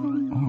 Oh,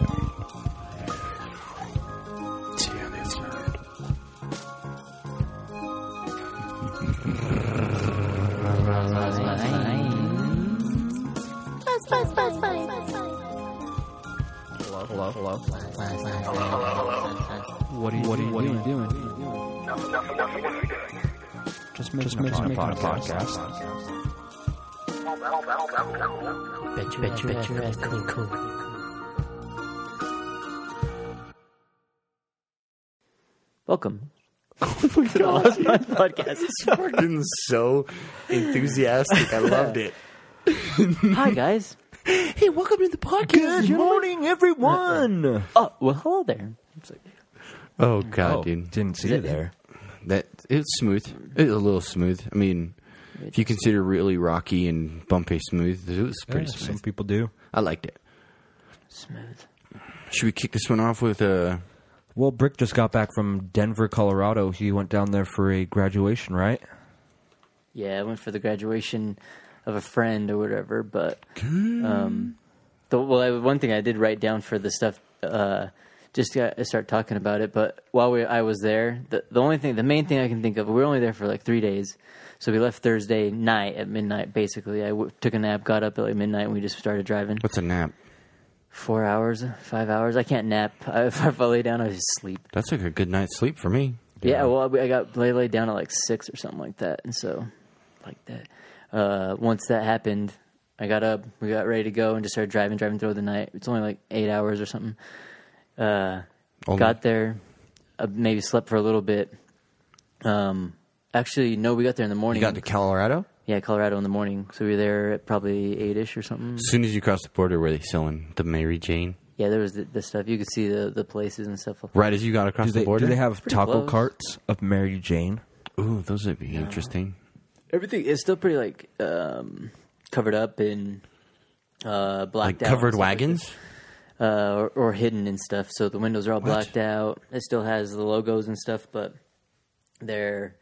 I mean stay on the inside. Buzz, buzz, buzz, buzz, buzz, buzz. What are you, what are you, what doing? Are you doing? Just make just making a podcast. Bet you, bet you, bet you, bet you, cool. Welcome to the Lost Minds podcast. fucking so enthusiastic. I loved it. Hi, guys. Hey, welcome to the podcast. Good morning, Uh, everyone. Oh, well, hello there. It's like- Oh god, dude, Didn't see you there. That it's smooth. It's a little smooth. I mean, if you consider really rocky and bumpy smooth, it was pretty Yeah, some smooth. people do. I liked it. Smooth. Should we kick this one off with uh, Well, Brick just got back from Denver, Colorado. He went down there for a graduation, right? Yeah, I went for the graduation of a friend or whatever, but um, the well, I, one thing I did write down for the stuff uh, just to start talking about it. But while we, I was there, the the only thing, the main thing I can think of, we were only there for like three days, so we left Thursday night at midnight. Basically, I w- took a nap, got up at like midnight, and we just started driving. what's a nap? Four hours, five hours. I can't nap. I, if I lay down, I just sleep. That's like a good night's sleep for me. Yeah, well, I I got lay laid down at like six or something like that, and so like that. Uh, once that happened, I got up, we got ready to go, and just started driving, driving through the night. It's only like eight hours or something. Uh, Only. Got there, uh, maybe slept for a little bit. Um, actually, no, we got there in the morning. You got to Colorado. yeah, Colorado in the morning, so we were there at probably eight ish or something. As soon as you cross the border, were they selling the Mary Jane? Yeah, there was the, the stuff you could see the the places and stuff. Right as you got across Do they, the do border, they have Pretty taco close. carts of Mary Jane? Ooh, those would be interesting. everything is still pretty like um, covered up in uh, blacked Like out and covered stuff like wagons. that, uh, or, or hidden and stuff. So the windows are all blacked out. It still has the logos and stuff, but they're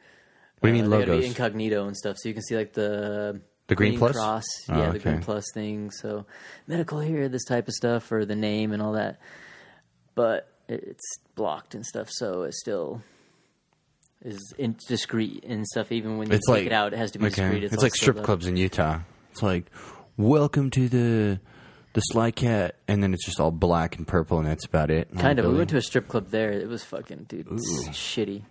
What do you mean uh, they gotta be logos? incognito and stuff, so you can see like the The green plus? cross, Oh, yeah, the green okay. plus thing. So medical here, this type of stuff, or the name and all that. But it- it's blocked and stuff, so it still is in- discreet and stuff. Even when you it's take like it out, it has to be okay. discreet. It's, all like strip sealed up. clubs in Utah. It's like welcome to the the Sly Cat, and then it's just all black and purple, and that's about it. Kind of. We went to a strip club there. It was fucking, dude, it's shitty.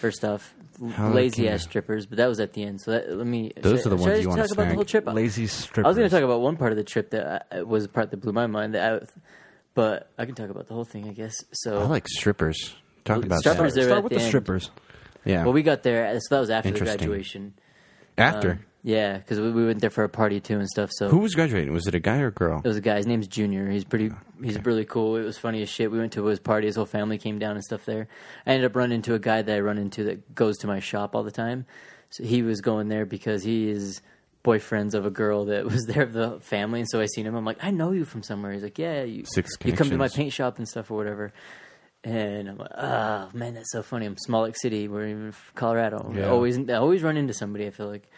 First off, How lazy can ass you- strippers, but that was at the end. So that, let me. Those should- are the should ones I you just wanna talk about the snag. whole trip. Lazy strippers. I was going to talk about one part of the trip that I, was a part that blew my mind, that I, but I can talk about the whole thing, I guess. So I like strippers. Talk about strippers that. are Start at with the the end. strippers. Yeah. Well, we got there, so that was after the Interesting. graduation. After Yeah, because we, we went there for a party too and stuff. So who was graduating? Was it a guy or a girl? um, It was a guy. His name's Junior. He's pretty. He's really cool. It was funny as shit. We went to his party. His whole family came down and stuff there. I ended up running into a guy that I run into that goes to my shop all the time. So he was going there because he is boyfriends of a girl that was there of the family. And so I seen him. I'm like, I know you from somewhere. He's like, Yeah, you. Six You come to my connections. paint shop and stuff or whatever. And I'm like, oh man, that's so funny. I'm from Salt Lake City. We're in Colorado. I always, I always run into somebody. I feel like.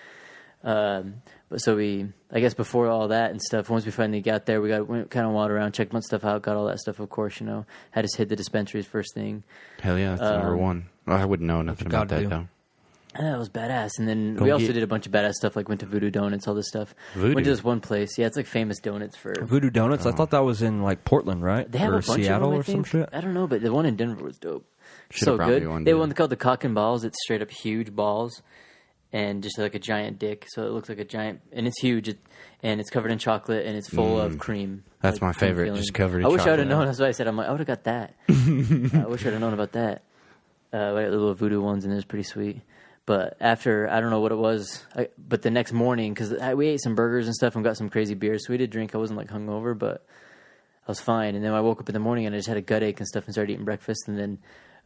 Um, but so we, I guess, before all that and stuff, once we finally got there, we got went kind of wandered around, checked my stuff out, got all that stuff. Of course, you know, had us hit the dispensaries first thing. Hell yeah, that's number um, one. Oh, I wouldn't know nothing about that gotta do. though. And Ah, that was badass. And then we also get- did a bunch of badass stuff, like went to Voodoo Donuts, all this stuff. Voodoo? Went to this one place. Yeah, it's like famous donuts for. Voodoo Donuts. Oh. I thought that was in like Portland, right? They have or a bunch Seattle of them, I or some think. shit. I don't know, but the one in Denver was dope. Should've so brought good. me one, they dude. one called the cock and balls. It's straight up huge balls, and just like a giant dick. So it looks like a giant, and it's huge, it, and it's covered in chocolate, and it's full of cream. Mm. That's Like, my cream favorite, filling. just covered in I wish I would have chocolate. known. That's what I said. I'm like, I would have got that. I wish I'd have known about that. Uh, we got the little voodoo ones, and it was pretty sweet. But after I don't know what it was, I, but the next morning because we ate some burgers and stuff and got some crazy beer, so we did drink. I wasn't like hungover, but I was fine. And then I woke up in the morning and I just had a gut ache and stuff and started eating breakfast. And then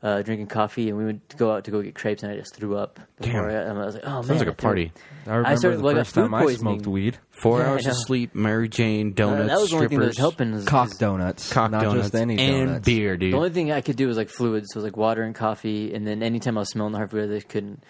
uh, drinking coffee, and we would go out to go get crepes, and I just threw up. Before I, and I was like, oh man, like a I threw up. party. I remember started- the well, I got first time food I poisoning. smoked weed. Four Yeah, I hours know. of sleep, Mary Jane, Uh, donuts, that was the only thing that was strippers, helping. Was, Cock is- donuts, cock not donuts, just any and donuts. beer, dude. The only thing I could do was like fluids, so it was like water and coffee, and then anytime I was smelling the hard food, I just couldn't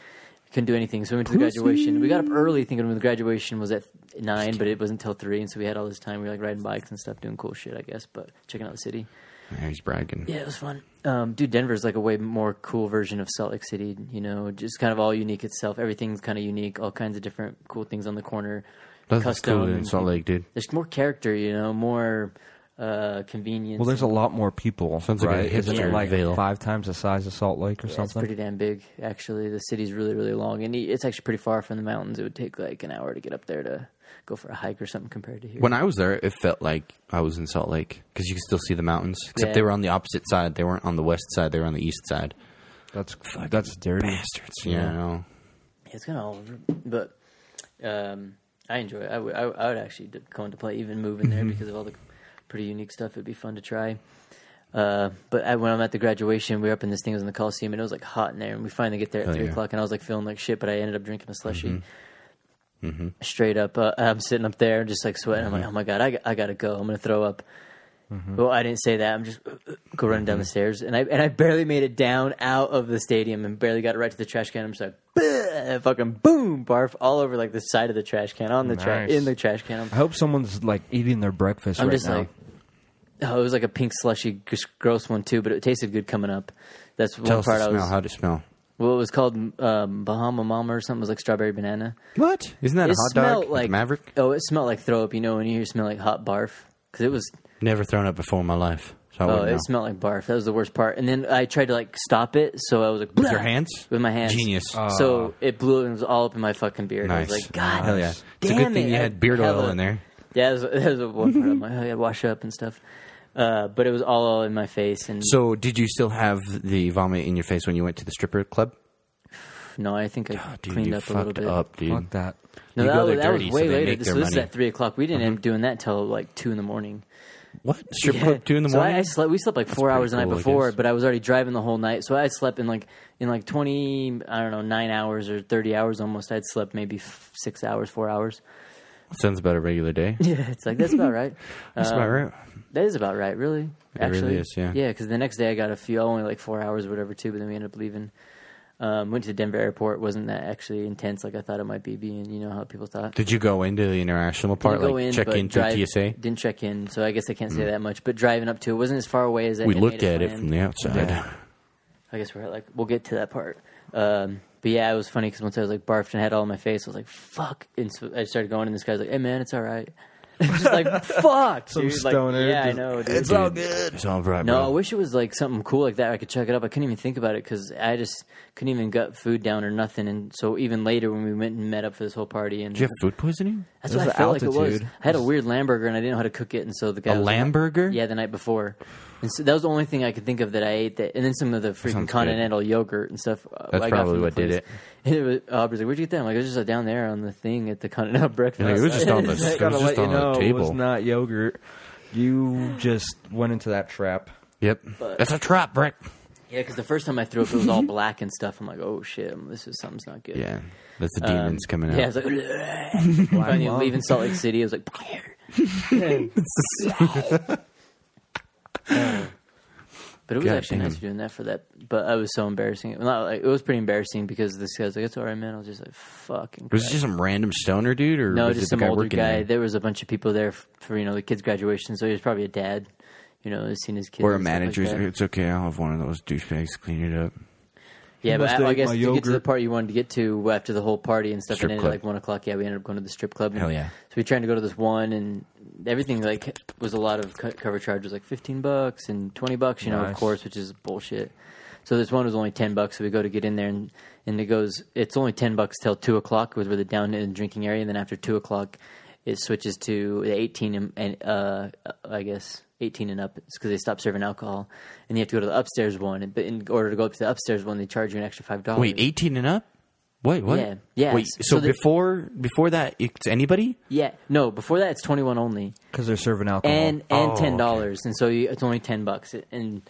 couldn't do anything. So we went to the graduation. We got up early thinking the graduation was at nine, but it wasn't until three, and so we had all this time. We were like riding bikes and stuff, doing cool shit, I guess, but checking out the city. Yeah, he's bragging. Yeah, it was fun. Um, dude, Denver's like a way more cool version of Salt Lake City. You know, just kind of all unique itself. Everything's kind of unique. All kinds of different cool things on the corner. That's what's custom. cool in Salt Lake, dude. There's more character. You know, more uh, convenience. Well, there's a lot more people. Sounds like a right? Isn't hipster it like Vale. five times the size of Salt Lake Yeah, or It's something? pretty damn big, actually. The city's really, really long, and it- it's actually pretty far from the mountains. It would take like an hour to get up there to go for a hike or something compared to here. When I was there, it felt like I was in Salt Lake because you could still see the mountains, except Yeah. they were on the opposite side. They weren't on the west side; they were on the east side. That's that's dirty. Bastards, you know. it's kind of all over, but um, I enjoy it. I would- I would- I would actually d- contemplate even moving Mm-hmm. there because of all the pretty unique stuff. It'd be fun to try. Uh, but I, when I'm at the graduation, we were up in this thing. It was in the Coliseum, and it was like hot in there. And we finally get there at Hell three Oh, yeah. o'clock, and I was like feeling like shit. But I ended up drinking a slushy. Mm-hmm. Straight up, uh, I'm sitting up there, just like sweating. I'm like, oh my god, I, g- I gotta go. I'm gonna throw up. Well, I didn't say that. I'm just uh, go running Mm-hmm. down the stairs, and I and I barely made it down out of the stadium, and barely got right to the trash can. I'm just like, "Bleh," fucking boom, barf all over like the side of the trash can, on the trash, Nice. in the trash can. I'm, I hope someone's like eating their breakfast I'm right just now. like, oh, it was like a pink slushy, gr- gross one too, but it tasted good coming up. That's one Tell us part the I smell. was. How to smell? well, it was called um, Bahama Mama or something. It was like strawberry banana. What? Isn't that It a hot dog? smelled with like Maverick. Oh, it smelled like throw up. You know when you hear smell like hot barf because it was Never thrown up before in my life, so I Oh, wouldn't it know. smelled like barf. That was the worst part. And then I tried to like stop it, so I was like, With your "Bleh!" hands? with my hands, Genius. Ah. so it blew and it was all up in my fucking beard. I nice. was like, God, Hell yeah! It's a damn good thing it, you I had beard oil hella- in there. Yeah, that was, that was one part. I'm like, oh, yeah, wash up and stuff. Uh, but it was all in my face, and So, did you still have the vomit in your face when you went to the stripper club? no, I think I Dude, cleaned you up a little fucked bit. up, dude. Fuck that. No, You that, go was- there that dirty, was so way they make later. This, their so this is money. Uh-huh. at three o'clock. We didn't end up doing that till like two in the morning. What strip Yeah. club two in the so morning? I, I slept. We slept like four pretty hours the cool, night I before, guess. but I was already driving the whole night. So I slept in like in like twenty, I don't know, nine hours or thirty hours almost. I'd slept maybe f- six hours, four hours. Sounds about a regular day. Yeah, Um, it's like that's about right. That's about right. That is about right, really. really Actually, is, yeah. yeah. Because the next day I got a few, only like four hours or whatever, too. But then we ended up leaving. Um, went to the Denver airport. Wasn't that actually intense like I thought it might be? Being you know how people thought. Did you go into the international part, Didn't go like check but in drive- through TSA? Didn't check in, so I guess I can't say that much. But driving up to it wasn't as far away as I Mm. We had looked made at it planned. from the outside. I guess we're like we'll get to that part. Um, but yeah, it was funny because once I was like barfed and had all in my face, I was like, "Fuck!" And so I started going, and this guy's like, "Hey man, it's all right." just like fuck, dude. stoner Like, yeah, I just- know. Dude. It's all good. It's all right, no, I bro. wish it was like something cool like that. I could check it up. I couldn't even think about it because I just couldn't even gut food down or nothing. And so even later when we went and met up for this whole party, and Did you have food poisoning? that's what It I was the felt like it was. altitude. I had a weird Lamburger and I didn't know how to cook it, and so the guy A was like- Lamburger? yeah, the night before, and so that was the only thing I could think of that I ate. That and then some of the freaking sounds continental yogurt and stuff. uh, That's I got probably from the what did place. And it was, Aubrey's like, "Where'd you get that?" I'm like, "It was just uh, down there on the thing at the continental breakfast." Yeah, it was just on the- It's like, It was just on the it was table. not yogurt. You just went into that trap. Yep. That's a trap, Brick. yeah, because the first time I threw up, it was all black and stuff. I'm like, "Oh shit, this is something's not good." Yeah. That's the Um, demons coming out. Yeah, I was like, finally leaving Salt Lake City. I was like, but it was God actually nice damn. doing that for that. But I was so embarrassing. Well, Not, like, it was pretty embarrassing because this guy's like, "It's all right, man." I was just like, "Fucking." was it Christ." just some random stoner dude, or no, was just it the some guy older working guy. there? There was a bunch of people there f- for you know the kid's graduation, so he was probably a dad. You know, has seen his kids or a and stuff like manager's? that. it's okay. I'll have one of those douchebags clean it up. Yeah, but must I, I ate guess my to get to the yogurt. part you wanted to get to after the whole party and stuff, Strip and ended club. at like one o'clock. Yeah, we ended up going to the strip club. and- Hell yeah. So we tried to go to this one, and everything like was a lot of co- cover charge was like fifteen bucks and twenty bucks, you know, of Nice. course, which is bullshit. So this one was only ten bucks. So we go to get in there, and and it goes, it's only ten bucks till two o'clock was where the down and drinking area, and then after two o'clock, it switches to the eighteen and, and uh, I guess. 18 and up because they stop serving alcohol and you have to go to the upstairs one and- but in order to go up to the upstairs one they charge you an extra five dollars Wait, eighteen and up? Wait, what? Oh, Yeah, yeah. Wait, so, So the- before before that, it's anybody? Yeah, no. Before that, it's twenty one only, Because they're serving alcohol. and and Oh, ten dollars, and so you, it's only ten bucks. And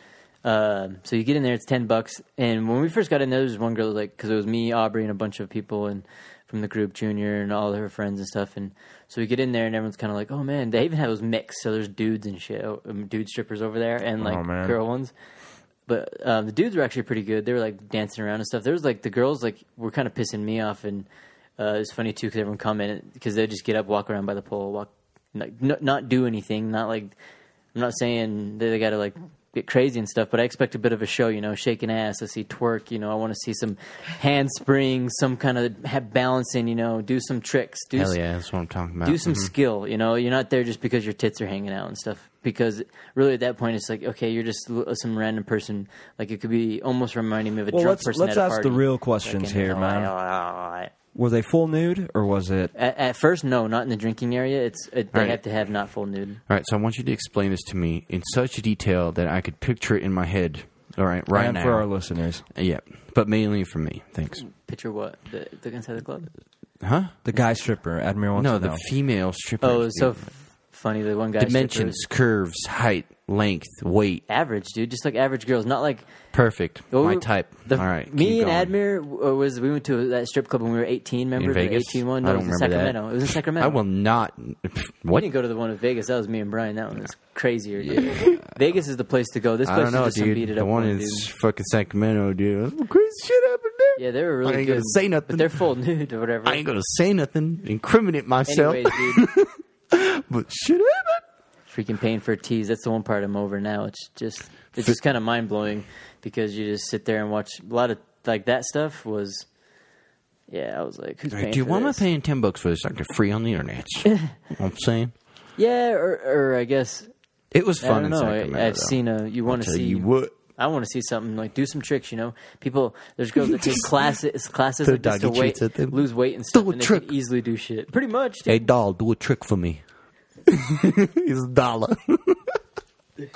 Um, so you get in there, it's ten bucks. And when we first got in there, there was one girl like because it was me, Aubrey, and a bunch of people and from the group, Junior, and all her friends and stuff. And so we get in there, and everyone's kind of like, "Oh man!" They even have those mix. So there's dudes and shit, um, dude strippers over there, and like Oh, man. girl ones. But um, the dudes were actually pretty good. They were like dancing around and stuff. There was like the girls like were kind of pissing me off, and uh, it's funny too because everyone commented because they just get up, walk around by the pole, walk, like n- not do anything. Not like I'm not saying that they got to like get crazy and stuff, but I expect a bit of a show. You know, shaking ass. I see twerk. You know, I want to see some handsprings, some kind of ha- balancing. You know, do some tricks. Do Hell some- yeah, that's what I'm talking about. Mm-hmm. do some skill. You know, you're not there just because your tits are hanging out and stuff. Because really, at that point, it's like okay, you're just l- uh, some random person. Like it could be almost reminding me of a Well, drunk let's- person. let's at a ask the party. real questions and, here, oh, man. I- Were they full nude or was it? At, at first, no, not in the drinking area. It's it, they Right. have to have not full nude. All right, so I want you to explain this to me in such detail that I could picture it in my head. All right, right and now. for our listeners, yeah, but mainly for me. Thanks. Picture what the, the inside the club. Huh? the guy stripper, Admiral wants No, to the know. female stripper. Oh, it's so f- funny. The one guy dimensions, stripper- curves, height, length, weight. Average dude, just like average girls, not like Perfect. Well, my we- type. Oh, The, All right. Me keep and going. Admir uh, was we went to that strip club when we were eighteen. Remember in the Vegas. eighteen one? I No, it don't was in remember Sacramento. that. It was in Sacramento. I will not. We What? didn't go to the one in Vegas. That was me and Brian. That one was crazier. dude. Vegas is the place to go. This I place don't know, is just some dude. beat it The up one one, is dude. fucking Sacramento, dude. That's some crazy shit happened there. Yeah, they were I really ain't good. gonna say but nothing. they're full nude or whatever. I ain't gonna say nothing, incriminate myself, Anyways, dude, but shit happened. freaking paying for a tease. That's the one part I'm over now. It's just it's just kind of mind blowing because you just sit there and watch a lot of like that stuff was. Yeah, I was like, who's paying dude, for why am I this? paying ten bucks for this? I can free on the internet. you know what I'm saying Yeah, or, or I guess it was I fun. don't in know. Sacramento, I, I've though. seen a. You want to Tell see you what. I want to see something like do some tricks. You know, people. There's girls that take classes, classes Throw like just to doggy weight, treats at them. lose weight and Do stuff, a and they could trick. easily do shit. Pretty much. dude. Hey, doll, do a trick for me. He's a dollar.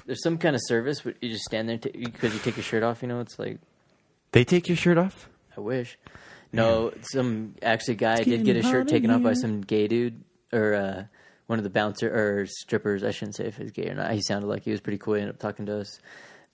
There's some kind of service, but you just stand there because you take your shirt off. You know, it's like They take your shirt off. I wish. No, some actually guy did get his shirt taken off by some gay dude or uh, one of the bouncer or strippers. I shouldn't say if he's gay or not. He sounded like he was pretty cool. He ended up talking to us,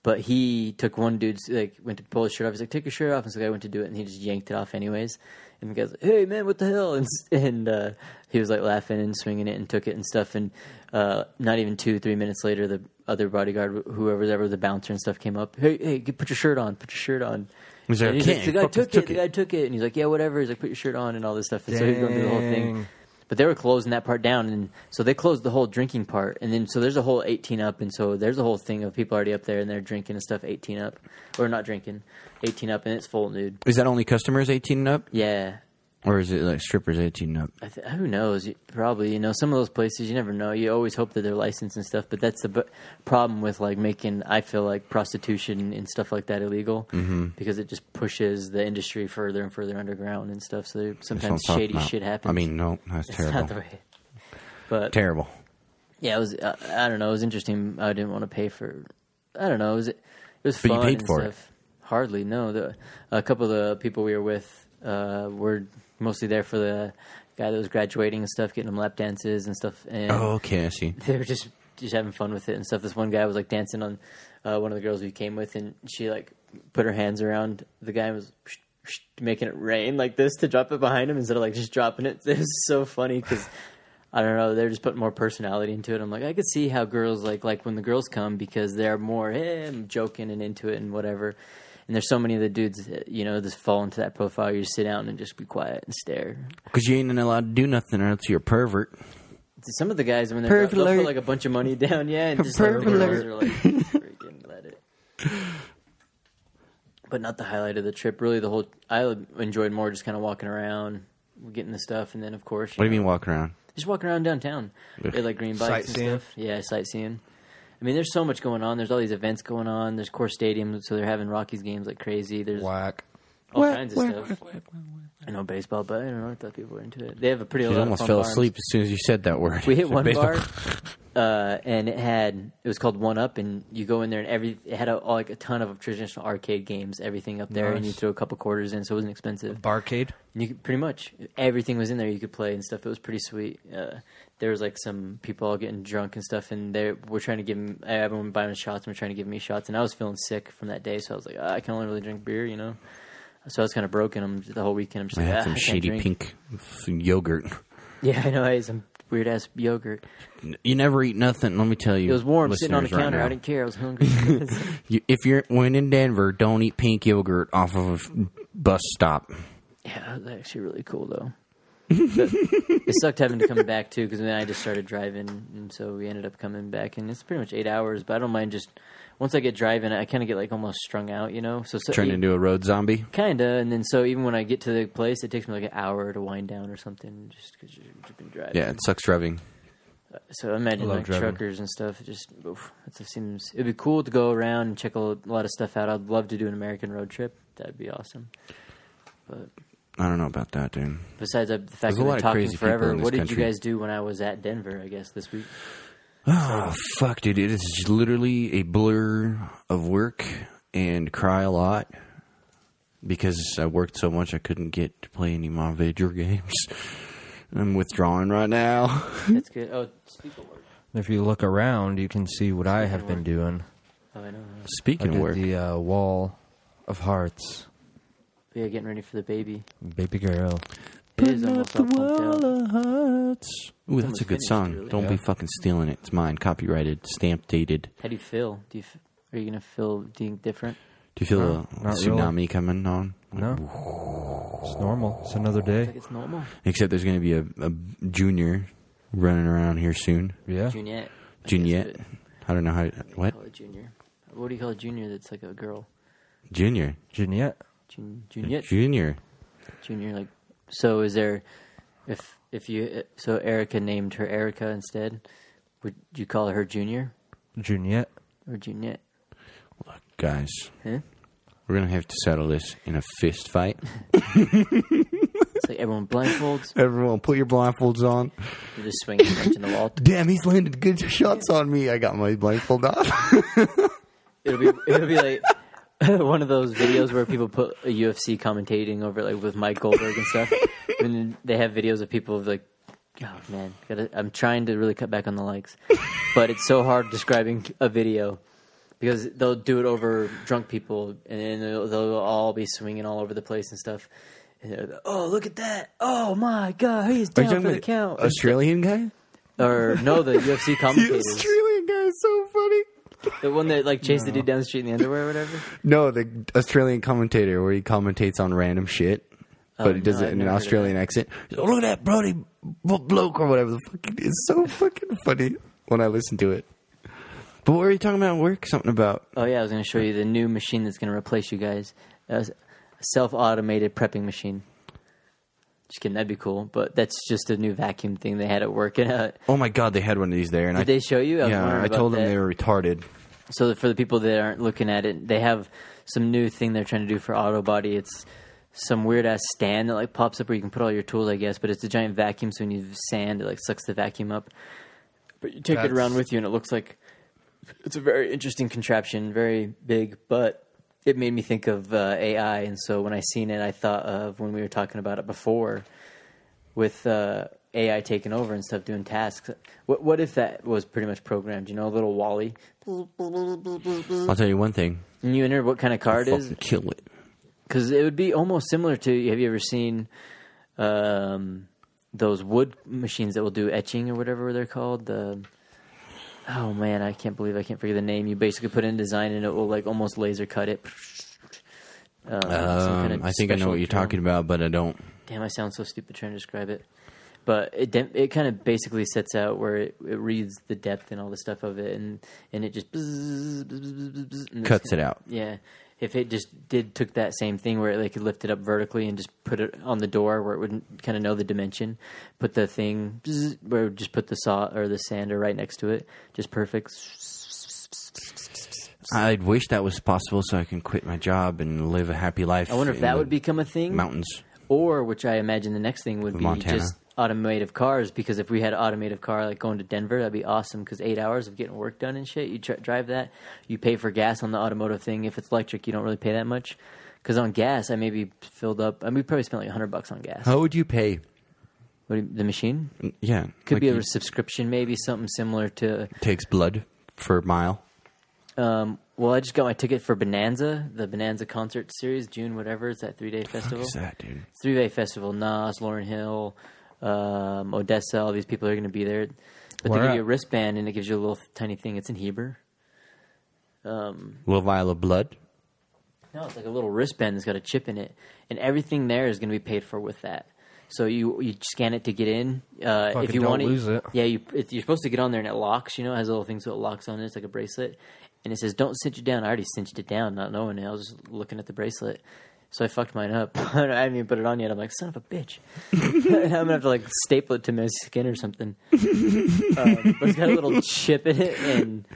but he took one dude's like went to pull his shirt off. He's like, "Take your shirt off," and so the guy went to do it, and he just yanked it off anyways. And the guy's like, "Hey man, what the hell?" And s- and uh, he was like laughing and swinging it and took it and stuff. And uh, not even two three minutes later, the other bodyguard, wh- whoever's ever the bouncer and stuff, came up. Hey hey, get, put your shirt on. Put your shirt on. He's like, And he's "I can't, the guy fucking took, took it, the it." guy took it, and he's like, yeah, whatever. He's like, put your shirt on and all this stuff. And so he's going to do the whole thing. Dang. But they were closing that part down, and so they closed the whole drinking part, and then so there's a whole 18 up, and so there's a whole thing of people already up there and they're drinking and stuff 18 up, or not drinking, 18 up, and it's full nude. Is that only customers eighteen and up, Yeah, or is it like strippers eighteen and up? I th- who knows? You- Probably, you know, some of those places you never know. You always hope that they're licensed and stuff, but that's the b- problem with like making. I feel like prostitution and stuff like that illegal Mm-hmm. because it just pushes the industry further and further underground and stuff. So there- That's what I'm sometimes talking shady about. shit happens. I mean, no, that's it's terrible. not the way. But Terrible. yeah, it was. Uh, I don't know. It was interesting. I didn't want to pay for. I don't know. It was. It was But you fun paid and for it. stuff. Hardly. No. The, a couple of the people we were with uh, were mostly there for the guy that was graduating and stuff, getting him lap dances and stuff. And Oh, okay, I see. they were just just having fun with it and stuff. This one guy was like dancing on uh, one of the girls we came with, and she like put her hands around the guy and was making it rain like this to drop it behind him instead of like just dropping it. It was so funny because. I don't know. They're just putting more personality into it. I'm like, I could see how girls like like when the girls come because they're more eh, I'm joking and into it and whatever. And there's so many of the dudes, that, you know, just fall into that profile. You sit down and just be quiet and stare. Because you ain't allowed to do nothing, or else you're a pervert. Some of the guys when they're they'll put Pervert. like a bunch of money down, yeah, and just like, the girls Pervert. are like freaking let it. But not the highlight of the trip. Really, the whole I enjoyed more just kind of walking around, getting the stuff, and then of course, you What do you know, mean walk around? Just walking around downtown. They had, like green bikes Sightseeing. and stuff. Yeah, sightseeing. I mean, there's so much going on. There's all these events going on. There's Core Stadium, so they're having Rockies games like crazy. There's all kinds of stuff. I know baseball, but I don't know. I thought people were into it. They have a pretty. She lot of almost fun fell bars. asleep as soon as you said that word. We hit one Baseball- bar, uh, and it had it was called One Up, and you go in there and every it had a, like a ton of traditional arcade games, everything up there, and you Nice. throw a couple quarters in, so it wasn't expensive. Barcade. And you could, pretty much everything was in there you could play and stuff. It was pretty sweet. Uh, there was like some people all getting drunk and stuff, and they were trying to give 'em- everyone buying them shots and were trying to give me shots. And I was feeling sick from that day, so I was like, "Ah, I can only really drink beer, you know. So I was kind of broken. I'm the whole weekend. I'm just I like, had "Ah, I some can't shady drink." pink f- yogurt. Yeah, I know. I ate some weird ass yogurt. You never eat nothing. Let me tell you. It was warm, sitting on the listeners right counter. now. I didn't care. I was hungry. You- if you're when in Denver, don't eat pink yogurt off of a bus stop. yeah, it was actually really cool though. But it sucked having to come back too because then I just started driving, and so we ended up coming back, and it's pretty much eight hours. But I don't mind just once I get driving, I kind of get like almost strung out, you know. So, so Turn into a road zombie. kind of, and then so even when I get to the place, it takes me like an hour to wind down or something, just because you've been driving. Yeah, it sucks driving. So I imagine love like driving. truckers and stuff. it Just oof, that stuff seems it'd be cool to go around and check a lo- lot of stuff out. I'd love to do an American road trip. That'd be awesome. But I don't know about that, dude. besides uh, the fact There's a that lot we're of talking crazy people forever, in this what did you country. guys do when I was at Denver? I guess this week. Oh fuck, dude! It is just literally a blur of work and cry a lot because I worked so much I couldn't get to play any of my video games. I'm withdrawing right now. That's good. Oh, speak a word. If you look around, you can see what I have been doing. Oh, I know. I know. I Speaking of did work, the uh, wall of hearts, Yeah, getting ready for the baby. baby girl. It is almost all pumped out. Ooh, that's a good finished, song. really. Don't be fucking stealing it. It's mine, copyrighted, stamp dated. How do you feel? Do you f- are you gonna feel do you think different? Do you feel a not tsunami coming on? No, it's normal. It's another day. Like it's normal. Except there's going to be a, a junior running around here soon. Yeah, Junior. Junior. I don't know how. What? Call it junior. What do you call a junior? That's like a girl. Junior. Jeanette. Jun- junior. Junior. junior like so is there if if you uh, so erica named her erica instead would you call her junior Jeanette. or junior Guys, huh? we're going to have to settle this in a fist fight. it's like everyone blindfolds Everyone, put your blindfolds on. you just swing and punch in the wall Damn, he's landed good shots on me. I got my blindfold off. it'll be it'll be like one of those videos where people put a ufc commentating over like with mike goldberg and stuff and then they have videos of people like oh man gotta, i'm trying to really cut back on the likes but it's so hard describing a video because they'll do it over drunk people and then they'll, they'll all be swinging all over the place and stuff. And they're like, oh, look at that! Oh my God, he's down for the count. Australian guy? Or no, the UFC commentators, Australian guy is so funny. the one that like chased the dude down the street in the underwear or whatever. No, the Australian commentator where he commentates on random shit, but he Oh, does no, it I've in an never heard of Australian accent. He's like, "Oh, look at that Brody b- bloke or whatever the fuck. It is so fucking funny when I listen to it. But what were you talking about? at Work something about? Oh yeah, I was going to show you the new machine that's going to replace you guys. A self-automated prepping machine. Just kidding, that'd be cool. But that's just a new vacuum thing they had at work. And, uh, Oh my god, they had one of these there, and I did they show you? I was yeah, wondering I about told them that. they were retarded. So that for the people that aren't looking at it, they have some new thing they're trying to do for auto body. It's some weird ass stand that like pops up where you can put all your tools, I guess. But it's a giant vacuum, so when you sand, it like sucks the vacuum up. But you take it around with you, and it looks like it's a very interesting contraption, very big. But it made me think of uh, AI, and so when I seen it, I thought of when we were talking about it before with uh, AI taking over and stuff, doing tasks. What what if that was pretty much programmed? You know, a little Wally. I'll tell you one thing. And you enter what kind of car it is Fucking kill it. because it would be almost similar to. Have you ever seen um, those wood machines that will do etching or whatever they're called? The oh man, I can't believe I can't figure the name. You basically put in design and it will like almost laser cut it. Um, some kind Um, of I think I know special what you're drill. talking about, but I don't. Damn, I sound so stupid trying to describe it. But it dem- it kind of basically sets out where it, it reads the depth and all the stuff of it, and and it just bzzz, bzzz, bzzz, bzzz, bzzz, and it's- Cuts it out. Yeah, if it just did took that same thing where they could lift it up vertically and just put it on the door where it wouldn't kind of know the dimension, put the thing bzzz, where it would just put the saw or the sander right next to it, just perfect. I'd wish that was possible so I can quit my job and live a happy life. I wonder if in that the would become a thing. mountains. or which I imagine the next thing would be Montana. just automated cars. Because if we had automated car like going to Denver, that'd be awesome. Because eight hours of getting work done and shit, you tr- drive that. You pay for gas on the automotive thing. If it's electric, you don't really pay that much. Because on gas, I maybe filled up. I mean, we probably spent like hundred bucks on gas. How would you pay? What do you- the machine Yeah, could like be you- a subscription, maybe something similar to takes blood for a mile. Um, well, I just got my ticket for Bonanza, the Bonanza concert series, June whatever. It's that three day festival. What's that, dude? Three day festival. Nas, Lauren Hill, um, Odessa. All these people are going to be there. But Where they give at? you a wristband and it gives you a little tiny thing. It's in Hebrew. Little vial of blood. No, it's like a little wristband that's got a chip in it, and everything there is going to be paid for with that. So you you scan it to get in. Uh, Fucking if you don't want lose it. yeah, you it, you're supposed to get on there and it locks. You know, it has little things so it locks on it. It's like a bracelet, and it says "Don't cinch it down." I already cinched it down, not knowing it. I was just looking at the bracelet, so I fucked mine up. I haven't even put it on yet. I'm like, son of a bitch. I'm gonna have to like staple it to my skin or something. um, but it's got a little chip in it, and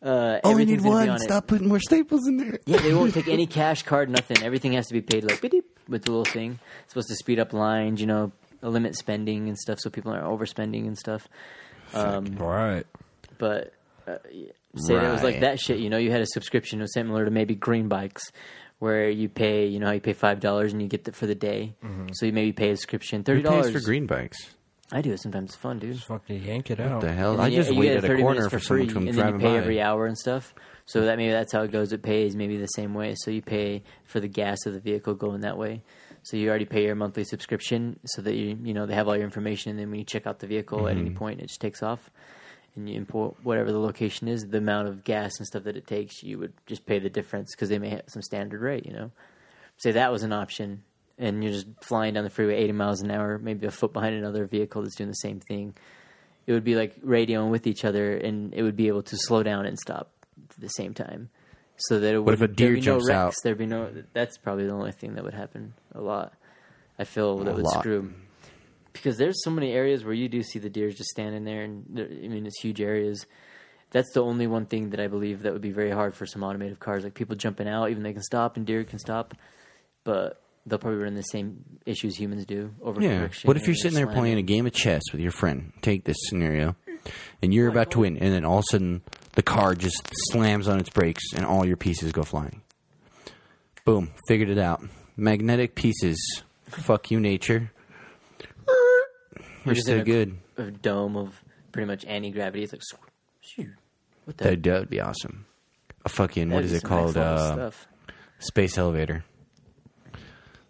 uh, everything's gonna be on it. putting more staples in there. Yeah, they won't take any cash card, nothing. Everything has to be paid like beep, with the little thing. It's supposed to speed up lines, you know, limit spending and stuff, so people aren't overspending and stuff. Um, All right. but uh, yeah, say that it was like Right. that shit. You know, you had a subscription it was similar to maybe Green Bikes, where you pay, you know, how you pay five dollars and you get it for the day. So you maybe pay a subscription thirty Who pays Mm-hmm. for dollars. green bikes? I do it sometimes. It's fun, dude. Fucking yank it out. The hell! Oh. And I then you- just you wait get at a 30 corner minutes for someone to come and then driving you pay by. every hour and stuff. So that maybe that's how it goes. It pays maybe the same way. So you pay for the gas of the vehicle going that way. So you already pay your monthly subscription, so that you you know they have all your information. And then when you check out the vehicle at Mm-hmm. any point, it just takes off. And you import whatever the location is, the amount of gas and stuff that it takes, you would just pay the difference because they may have some standard rate, you know. Say that was an option, and you're just flying down the freeway 80 miles an hour, maybe a foot behind another vehicle that's doing the same thing it would be like radioing with each other, and it would be able to slow down and stop at the same time. So that it would, if a deer there'd be jumps no out? wrecks, There'd be no. That's probably the only thing that would happen a lot. I feel that A would lot. screw because there's so many areas where you do see the deer just standing there, and they're- I mean it's huge areas. That's the only one thing that I believe that would be very hard for some automated cars, like people jumping out. Even they can stop, and deer can stop, but they'll probably run the same issues humans do. Over Yeah. What if you're sitting there playing a game of chess with your friend? Take this scenario, and you're about to win, and then all of a sudden the car just slams on its brakes, and all your pieces go flying. Boom! Figured it out. Magnetic pieces. Fuck you, nature. We're Just in still a- good. a dome of pretty much anti gravity. It's like, swoo- shoo. what the? That that would be awesome. A fucking what that is it some called? next level Uh, stuff. Space elevator.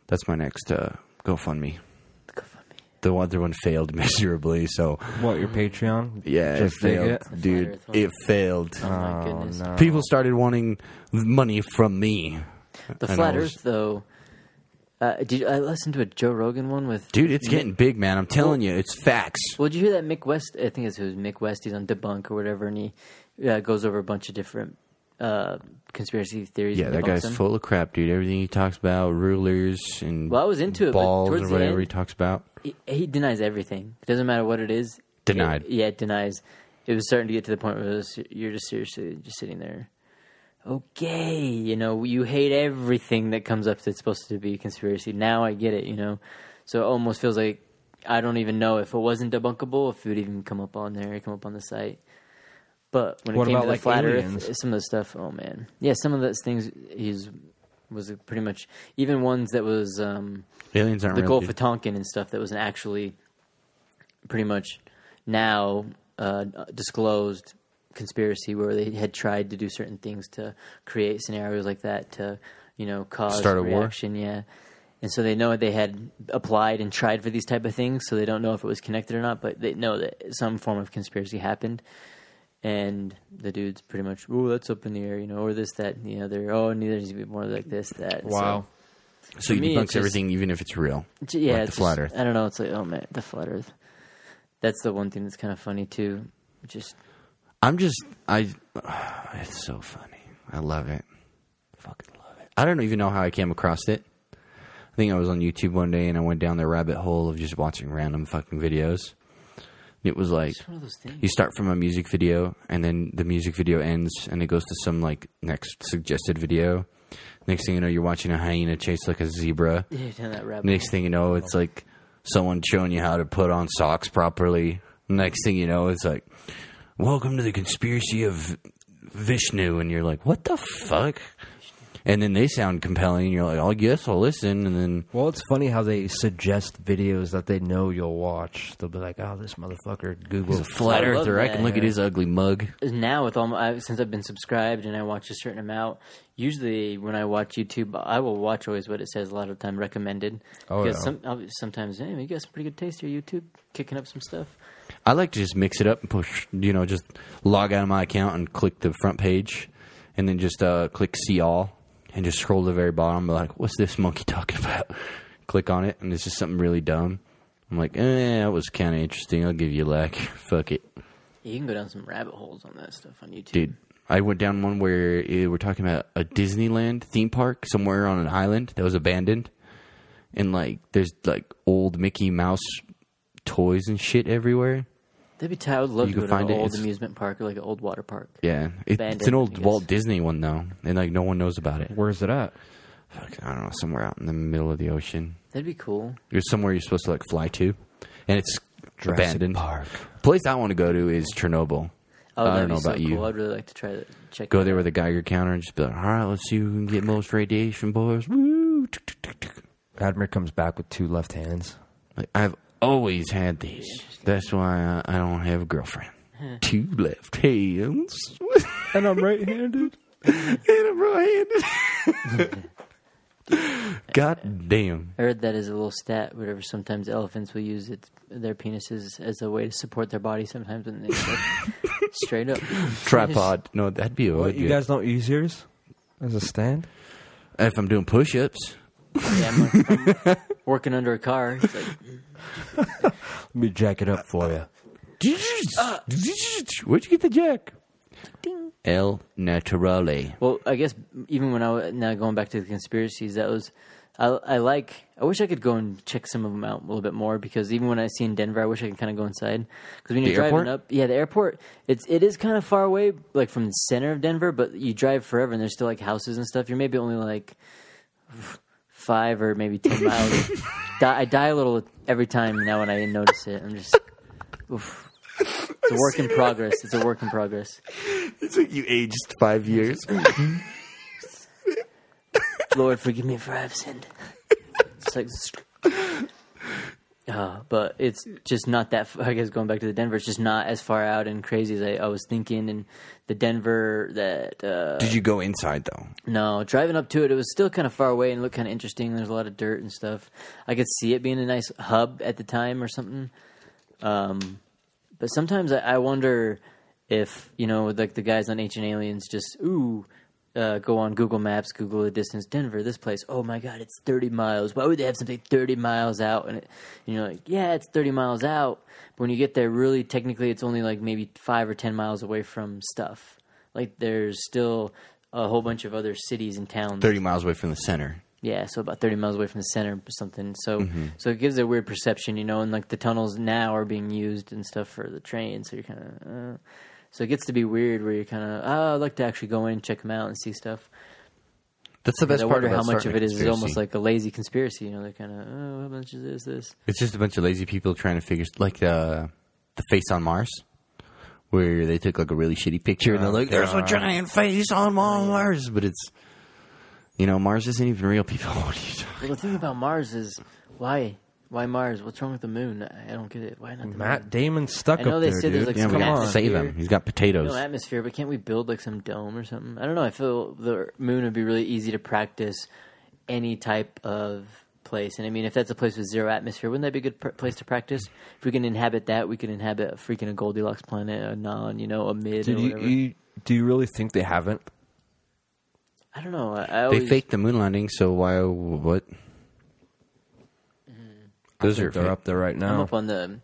That's my next uh, GoFundMe. GoFundMe. The other one failed miserably, so What your Patreon? yeah, Just it dig failed, it? dude. Earth one. It failed. Oh my goodness. People started wanting money from me, The and flat I was- Earth, though. Uh, did you, I listened to a Joe Rogan one with? dude. It's getting big, man. I'm telling you, it's facts. Well, did you hear that Mick West? I think it's who's Mick West. He's on debunk or whatever, and he uh, goes over a bunch of different uh, conspiracy theories. Yeah, and that debunks guy's them. full of crap, dude. Everything he talks about, rulers and Well, I was into it, but balls towards or the whatever end- he talks about. he, he denies everything. It doesn't matter what it is. Denied. It- yeah, it denies. It was starting to get to the point where it was, you're just seriously just sitting there. Okay, you know, you hate everything that comes up that's supposed to be conspiracy. Now I get it, you know. So it almost feels like I don't even know if it wasn't debunkable, if it would even come up on there, come up on the site. But when What it came about, to the like, flat Earth, aliens? some of the stuff, oh man, yeah, some of those things he's was pretty much even ones that was um, Aliens aren't the real. Gulf dude. of Tonkin and stuff that was actually pretty much now uh, disclosed conspiracy where they had tried to do certain things to create scenarios like that to you know cause Start a war? reaction yeah and so they know they had applied and tried for these type of things so they don't know if it was connected or not but they know that some form of conspiracy happened and the dude's pretty much oh that's up in the air you know or this that and the other oh neither needs to be more like this that So- so he me, debunks it's just- everything, even if it's real. J- yeah, Like it's the flat just- Earth. I don't know. It's like, oh man, the flat Earth. That's the one thing that's kind of funny too. Just I'm just I. It's so funny. I love it. Fucking love it. I don't even know how I came across it. I think I was on YouTube one day and I went down the rabbit hole of just watching random fucking videos. It was like one of those things. you start from a music video and then the music video ends and it goes to some like next suggested video Next thing you know, you're watching a hyena chase like a zebra. Yeah, down that rabbit. Next thing you know, it's like someone showing you how to put on socks properly. Next thing you know, it's like, welcome to the conspiracy of Vishnu. And you're like, what the fuck? And then they sound compelling. And you're like, oh, yes, I'll listen. And then, Well, it's funny how they suggest videos that they know you'll watch. They'll be like, "Oh, this motherfucker Google flat I love earther, I can that. look at his ugly mug. now with all my, I- since I've been subscribed and I watch a certain amount, usually when I watch YouTube, I will watch always what it says a lot of the time recommended. Oh, because yeah. some, I'll, sometimes hey, you got some pretty good taste here, YouTube, kicking up some stuff. I like to just mix it up and push, you know, just log out of my account and click the front page and then just uh, click see all and just scroll to the very bottom. Be like, what's this monkey talking about? click on it and it's just something really dumb. I'm like, eh, that was kind of interesting. I'll give you a like. Fuck it. You can go down some rabbit holes on that stuff on YouTube. Dude, I went down one where eh, we're talking about a Disneyland theme park somewhere on an island that was abandoned. And like, there's like old Mickey Mouse toys and shit everywhere. That'd be tight. I would love You to go can to an find it. old It's- amusement park or like an old water park. Yeah, it, it's an Abandoned, I old guess. Walt Disney one though, and like no one knows about it. Where's it at? Fuck, I don't know, somewhere out in the middle of the ocean. That'd be cool. It's somewhere you're supposed to like fly to, and it's abandoned. Place I want to go to is Chernobyl. Oh, I that'd don't know be so about cool. you. I'd really like to try that. Check Go that there out. with a Geiger counter and just be like, "All right, let's see who can get most radiation, boys." Woo! Tick, tick, tick, tick. Admir comes back with two left hands. Like, I've always had these. That's why I, I don't have a girlfriend. Two left hands, And I'm right-handed. and I'm right-handed. God damn. I heard that as a little stat. Whatever. Sometimes elephants will use it, their penises as a way to support their body. Sometimes when they straight up. tripod. No, that'd be a what, would you be- guys don't use yours as a stand? If I'm doing push-ups, Yeah, I'm, like, I'm working under a car. It's like, Let me jack it up for you. Uh, where'd you get the jack? El Naturale. well, I guess even when I wa- now going back to the conspiracies, that was. I, I like. I wish I could go and check some of them out a little bit more because even when I see in Denver, I wish I could kind of go inside because when you're driving airport? up, yeah, the airport. It's it is kind of far away, like from the center of Denver, but you drive forever and there's still like houses and stuff. You're maybe only like five or maybe ten miles. Di- I die a little every time now when I notice it. I'm just. Oof. It's a work in progress. It's a work in progress. It's like you aged five years. Lord, forgive me for I've sinned. It's like, uh, but it's just not that. f- I guess going back to the Denver, it's just not as far out and crazy as I, I was thinking. And the Denver that uh, Did you go inside though? no, driving up to it, it was still kind of far away and looked kind of interesting. There's a lot of dirt and stuff. I could see it being a nice hub at the time or something. Um, but sometimes I, I wonder if you know, like the guys on Ancient Aliens, just ooh, uh, go on Google Maps, Google the distance, Denver, this place. Oh my God, it's 30 miles. Why would they have something 30 miles out? And, it, and you're like, yeah, it's 30 miles out. But when you get there, really, technically, it's only like maybe five or 10 miles away from stuff. Like there's still a whole bunch of other cities and towns. Thirty miles away from the center. Yeah, so about 30 miles away from the center or something. So Mm-hmm. so it gives a weird perception, you know, and like the tunnels now are being used and stuff for the train, so you're kind of uh, so it gets to be weird where you're kind of, oh, I'd like to actually go in, check them out, and see stuff. That's the 'Cause best I part wonder about how much starting of a it is conspiracy. almost like a lazy conspiracy. You know, they're kind of, oh, how much is this? This it's just a bunch of lazy people trying to figure like the the face on Mars, where they took like a really shitty picture and they're like, "There's a giant face on Mars," but it's you know Mars isn't even real. People, what are you Well, talking? the thing about Mars is why why Mars? What's wrong with the moon? I I don't get it. Why not the Matt moon? Damon stuck I know up they there, said there's, like, dude. Yeah, some we Come have on. to save him. He's got potatoes. No atmosphere, but can't we build like some dome or something? I don't know. I feel the moon would be really easy to practice any type of place. And I mean, if that's a place with zero atmosphere, wouldn't that be a good pr- place to practice? If we can inhabit that, we can inhabit a freaking a Goldilocks planet, a non, you know, a mid Dude, or you, whatever. you, do you really think they haven't? I don't know. I, I They always, faked the moon landing, so why? What? Those are They're fake. up there right I'm now. up on the.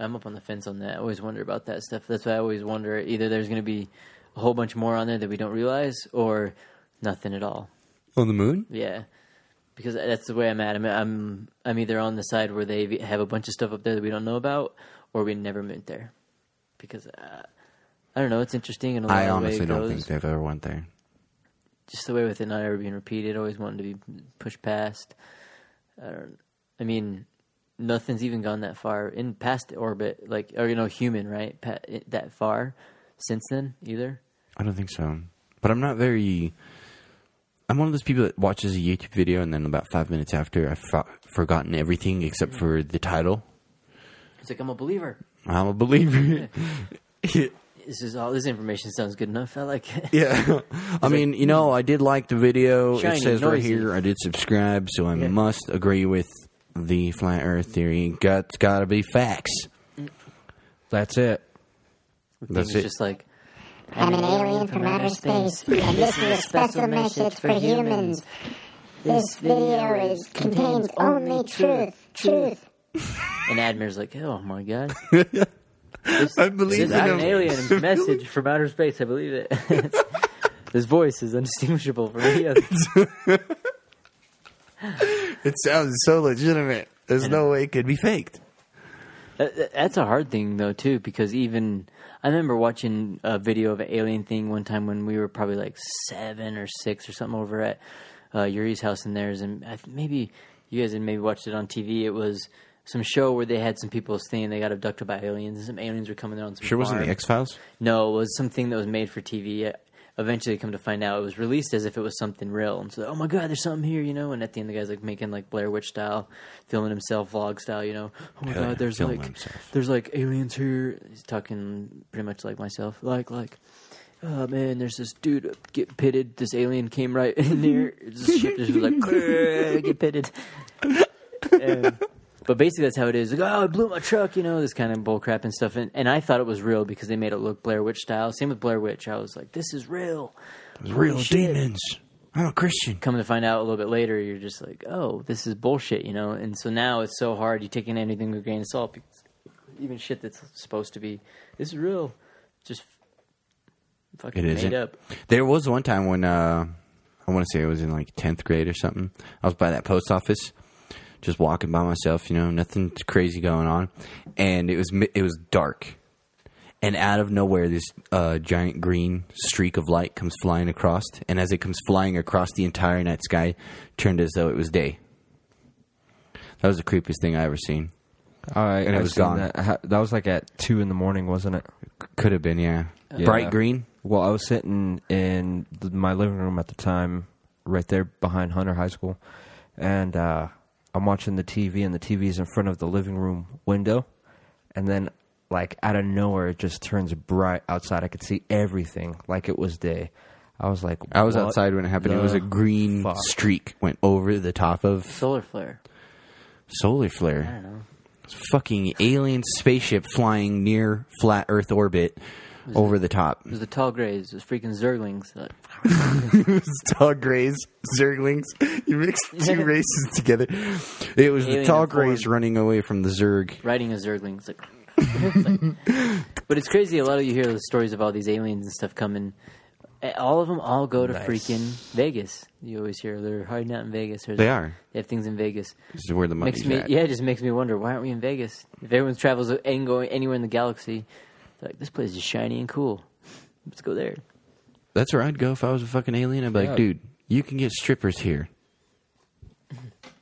I'm up on the fence on that. I always wonder about that stuff. That's why I always wonder either there's going to be a whole bunch more on there that we don't realize, or nothing at all. on Oh, the moon. Yeah, because that's the way I'm at. I'm I'm, I'm either on the side where they have a bunch of stuff up there that we don't know about, or we never went there. Because uh, I don't know, it's interesting and a lot I of the way honestly it don't goes. think they've ever went there. just the way with it not ever being repeated, always wanting to be pushed past. I don't. I mean, nothing's even gone that far in past orbit, like or you know, human right pa- it- that far since then either. I don't think so. But I'm not very. I'm one of those people that watches a YouTube video and then about five minutes after I've fo- forgotten everything except for the title. It's like I'm a believer. I'm a believer. This is all. This information sounds good enough. I like it. yeah. I mean, you know, I did like the video. Shiny, it says right noisy. here I did subscribe, so I Yeah. must agree with the flat earth theory. Got, has got to be facts. That's it. That's it's it. just like I'm an alien from outer space, and this is a special message for humans. This video is, contains only truth, truth. and Admir's like, oh my god. I believe this is that. an alien message from outer space. I believe it. this voice is undistinguishable from any other. It sounds so legitimate. There's no way it could be faked. That- that- That's a hard thing though too, because even I remember watching a video of an alien thing one time when we were probably like seven or six or something over at uh, Yuri's house and theirs, and I, th- maybe you guys had maybe watched it on TV. It was some show where they had some people staying, they got abducted by aliens, and some aliens were coming there on some. Sure wasn't the farm. X Files? No, it was something that was made for TV. Eventually, come to find out, it was released as if it was something real. And so, oh my god, there's something here, you know. And at the end, the guy's like making like Blair Witch style, filming himself, vlog style, you know. Oh my Yeah, god, there's filming like himself. there's like aliens here. He's talking pretty much like myself, like like. Oh man, there's this dude uh, get pitted. This alien came right in there. This ship just was like get pitted. And- but basically, that's how it is. Like, oh, I blew my truck, you know, this kind of bull crap and stuff. And, and I thought it was real because they made it look Blair Witch style. Same with Blair Witch. I was like, this is real. Real shit. demons. I'm a Christian. Come to find out a little bit later, you're just like, oh, this is bullshit, you know? And so now it's so hard. You take in anything with a grain of salt. Because even shit that's supposed to be, this is real. Just fucking It made isn't. up. There was one time when uh, I want to say I was in like tenth grade or something. I was by that post office, just walking by myself. You know, nothing crazy going on, and it was mi- it was dark, and out of nowhere, this uh, giant green streak of light comes flying across, and as it comes flying across the entire night sky, turned as though it was day. That was the creepiest thing I ever seen. I, And it I was seen gone. That. Ha- that was like at two in the morning, wasn't it? Could have been, yeah. Yeah. Bright green. Well, I was sitting in th- my living room at the time, right there behind Hunter High School, and uh, I'm watching the TV, and the TV's in front of the living room window, and then like out of nowhere, it just turns bright outside. I could see everything like it was day. I was like, I was "What outside when it happened. It was a the green fuck?" streak went over the top of Solar flare. solar flare. I don't know. Fucking alien spaceship flying near flat Earth orbit over the top. It was the tall grays. It was freaking Zerglings. Like, tall grays, zerglings. You mix two races together. It was Alien the tall and foreign. grays running away from the zerg. riding a Zergling. It's like, it's like- but it's crazy. A lot of you hear the stories of all these aliens and stuff coming. Eh, All of them all go to freaking Vegas. You always hear they're hiding out in Vegas. Or They are. They have things in Vegas. This is where the money's Makes me, at. yeah, it just makes me wonder why aren't we in Vegas? If everyone travels and going anywhere in the galaxy, they're like this place is shiny and cool. Let's go there. That's where I'd go if I was a fucking alien. I'd be like, Yeah. dude, you can get strippers here.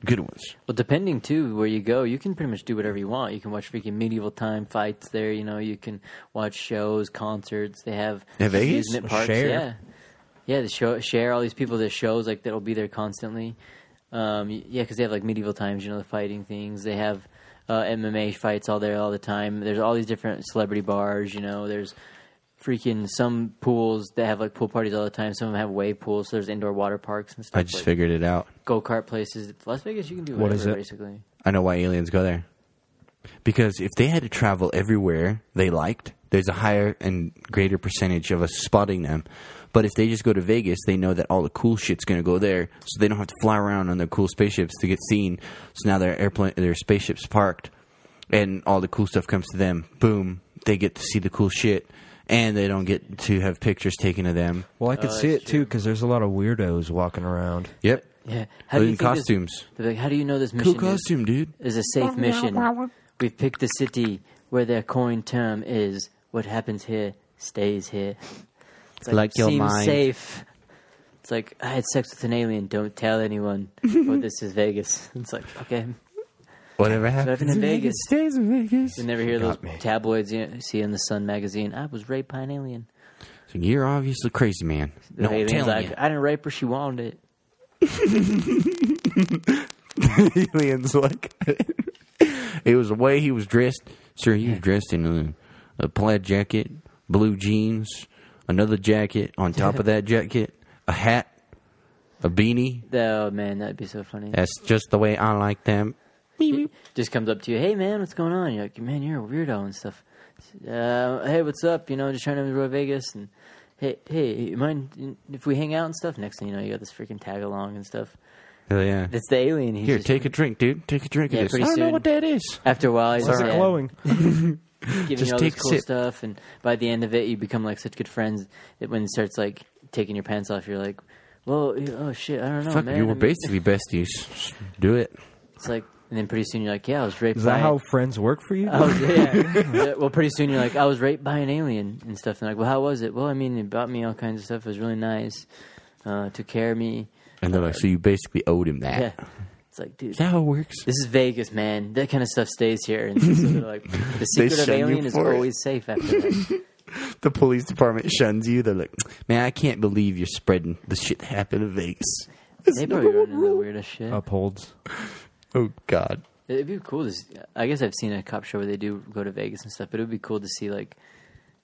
Good ones. Well, depending too where you go, you can pretty much do whatever you want. You can watch freaking medieval time fights there. You know, you can watch shows, concerts. They have In Vegas? amusement parks. Share. Yeah, yeah. They show share all these people. There's shows like that'll be there constantly. Um, y- yeah, because they have like medieval times. You know, the fighting things. They have uh, MMA fights all there all the time. There's all these different celebrity bars. You know, there's freaking some pools that have like pool parties all the time. Some of them have wave pools. So there's indoor water parks and stuff. I just like figured it out. go kart places. Las Vegas, you can do whatever What is it? basically. I know why aliens go there. Because if they had to travel everywhere they liked, there's a higher and greater percentage of us spotting them. But if they just go to Vegas, they know that all the cool shit's going to go there, so they don't have to fly around on their cool spaceships to get seen. So now their airplane, their spaceships parked, and all the cool stuff comes to them. Boom, they get to see the cool shit, and they don't get to have pictures taken of them. Well, I could see it too because there's a lot of weirdos walking around. Yep, Yeah. How But do you in think this- costumes. they're like, how do you know this Cool mission costume, dude. is, is a safe mission? We've picked a city where their coin term is what happens here stays here. It's Like your seems mind. safe. It's like I had sex with an alien. Don't tell anyone. oh, this is Vegas. It's like okay, Whatever so I've happened. been in Vegas. Stays in Vegas. You never hear those Got me. tabloids you see in the Sun magazine. I was raped by an alien. So you're obviously crazy, man. The No, I'm alien's telling like, you. I didn't rape her. She wanted it. aliens like it was the way he was dressed sir he was dressed in a, a plaid jacket blue jeans another jacket on top of that jacket a hat a beanie Oh man, that'd be so funny. that's just the way i like them Just comes up to you, hey man, what's going on? You're like, man, you're a weirdo and stuff. Uh, hey, what's up? You know, just trying to enjoy Vegas and hey, hey, you mind if we hang out and stuff? Next thing you know, you got this freaking tag along and stuff. Hell yeah It's the alien. He's here just- take a drink dude take a drink Yeah, of this i pretty don't know soon. what that is After a while, he's It's like, yeah, glowing. giving Just you all take this a cool sip. stuff, and by the end of it, you become like such good friends that when it starts like taking your pants off, you're like, "Well, oh shit, I don't know, fuck man." you were I mean, basically besties Just do it It's like, and then pretty soon you're like, "Yeah, I was raped." Is by that how friends work for you? I was, yeah. Yeah, Well, pretty soon you're like, "I was raped by an alien and stuff." And like, well, how was it? Well, I mean, it bought me all kinds of stuff. It was really nice. Uh, took care of me. and they're like so you basically owed him that Yeah. It's like, dude. is that how it works This is Vegas, man. That kind of stuff stays here. And so they're like, the secret of shun you Alien is for it. always safe after that. the police department shuns you. They're like, man, I can't believe you're spreading the shit that happened in Vegas. They probably run into the weirdest shit. Upholds. Oh, God. It'd be cool to. See, I guess I've seen a cop show where they do go to Vegas and stuff, but it would be cool to see like,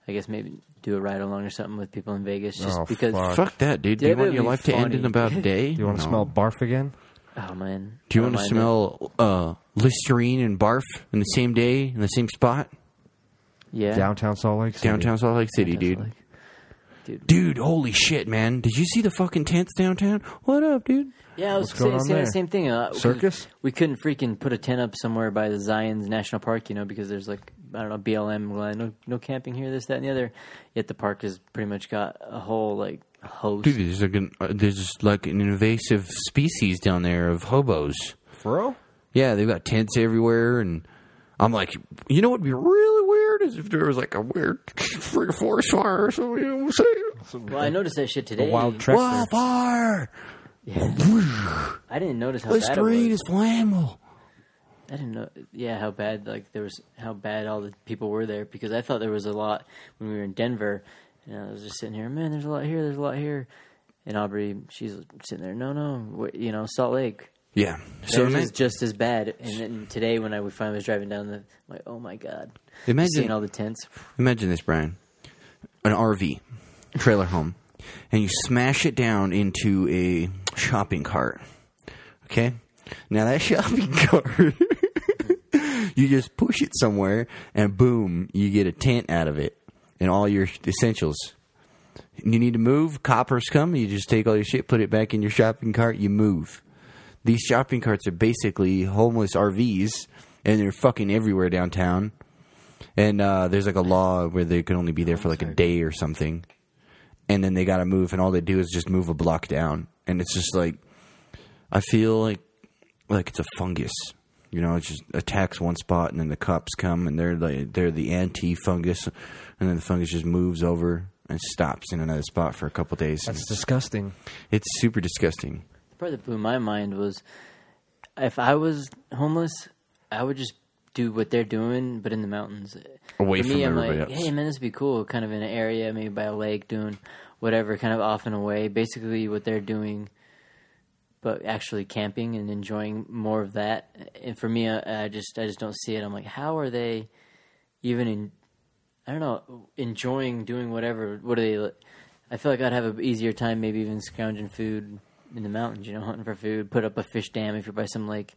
I guess maybe do a ride along or something with people in Vegas just Oh, because. fuck. Fuck that, dude. Do you That want would your be life to end in funny. about a day? Do you want to No. smell barf again? Oh man. Do you I don't want to mind smell uh, Listerine and barf in the same day, in the same spot? it. Yeah. Downtown Salt Lake City. Downtown Salt Lake City, That's dude. like- Dude, holy shit, man. Did you see the fucking tents downtown? What up, dude? Yeah, I was What's going saying, on saying there? the same thing. Uh, we- Circus? We, couldn't freaking put a tent up somewhere by the Zion's National Park, you know, because there's like I don't know BLM, Glenn, no, no camping here, this, that, and the other. Yet the park has pretty much got a whole like host. Dude, there's like an, uh, there's like an invasive species down there of hobos. Bro? Yeah, they've got tents everywhere, and I'm like, you know what'd be really weird is if there was like a weird freaking forest fire or something. You know what I'm saying? well, I noticed that shit today. Wild trek. there. Wildfire, I didn't notice how bad it Listerine was. is flammable. I didn't know. Yeah, how bad like there was how bad all the people were there because I thought there was a lot when we were in Denver. And I was just sitting here, man. There's a lot here. There's a lot here. And Aubrey, she's sitting there. No, no, wait, you know Salt Lake. Yeah. So So ima- is just as bad. And then today when I was- finally was driving down the, I'm like oh my god, Imagine- seeing all the tents. imagine this, Brian, an RV, trailer home, and you smash it down into a shopping cart. Okay, now that shopping cart. You just push it somewhere, and boom, you get a tent out of it and all your essentials. You need to move, coppers come, you just take all your shit, put it back in your shopping cart, you move. These shopping carts are basically homeless RVs, and they're fucking everywhere downtown. And uh, there's like a law where they can only be there for like a day or something. And then they gotta move, and all they do is just move a block down. And it's just like, I feel like like it's a fungus. You know, it just attacks one spot, and then the cops come, and they're the, they're the anti fungus, and then the fungus just moves over and stops in another spot for a couple days. That's disgusting. It's super disgusting. The part that blew my mind was if I was homeless, I would just do what they're doing, but in the mountains. Away For from me, I'm everybody like, else. hey man, this would be cool, kind of in an area, maybe by a lake, doing whatever, kind of off and away. Basically, what they're doing. But actually camping and enjoying more of that, and for me, I, I just I just don't see it. I'm like, how are they even in I don't know, enjoying doing whatever. What are they? I feel like I'd have an easier time, maybe even scrounging food in the mountains. You know, hunting for food, put up a fish dam if you're by some lake.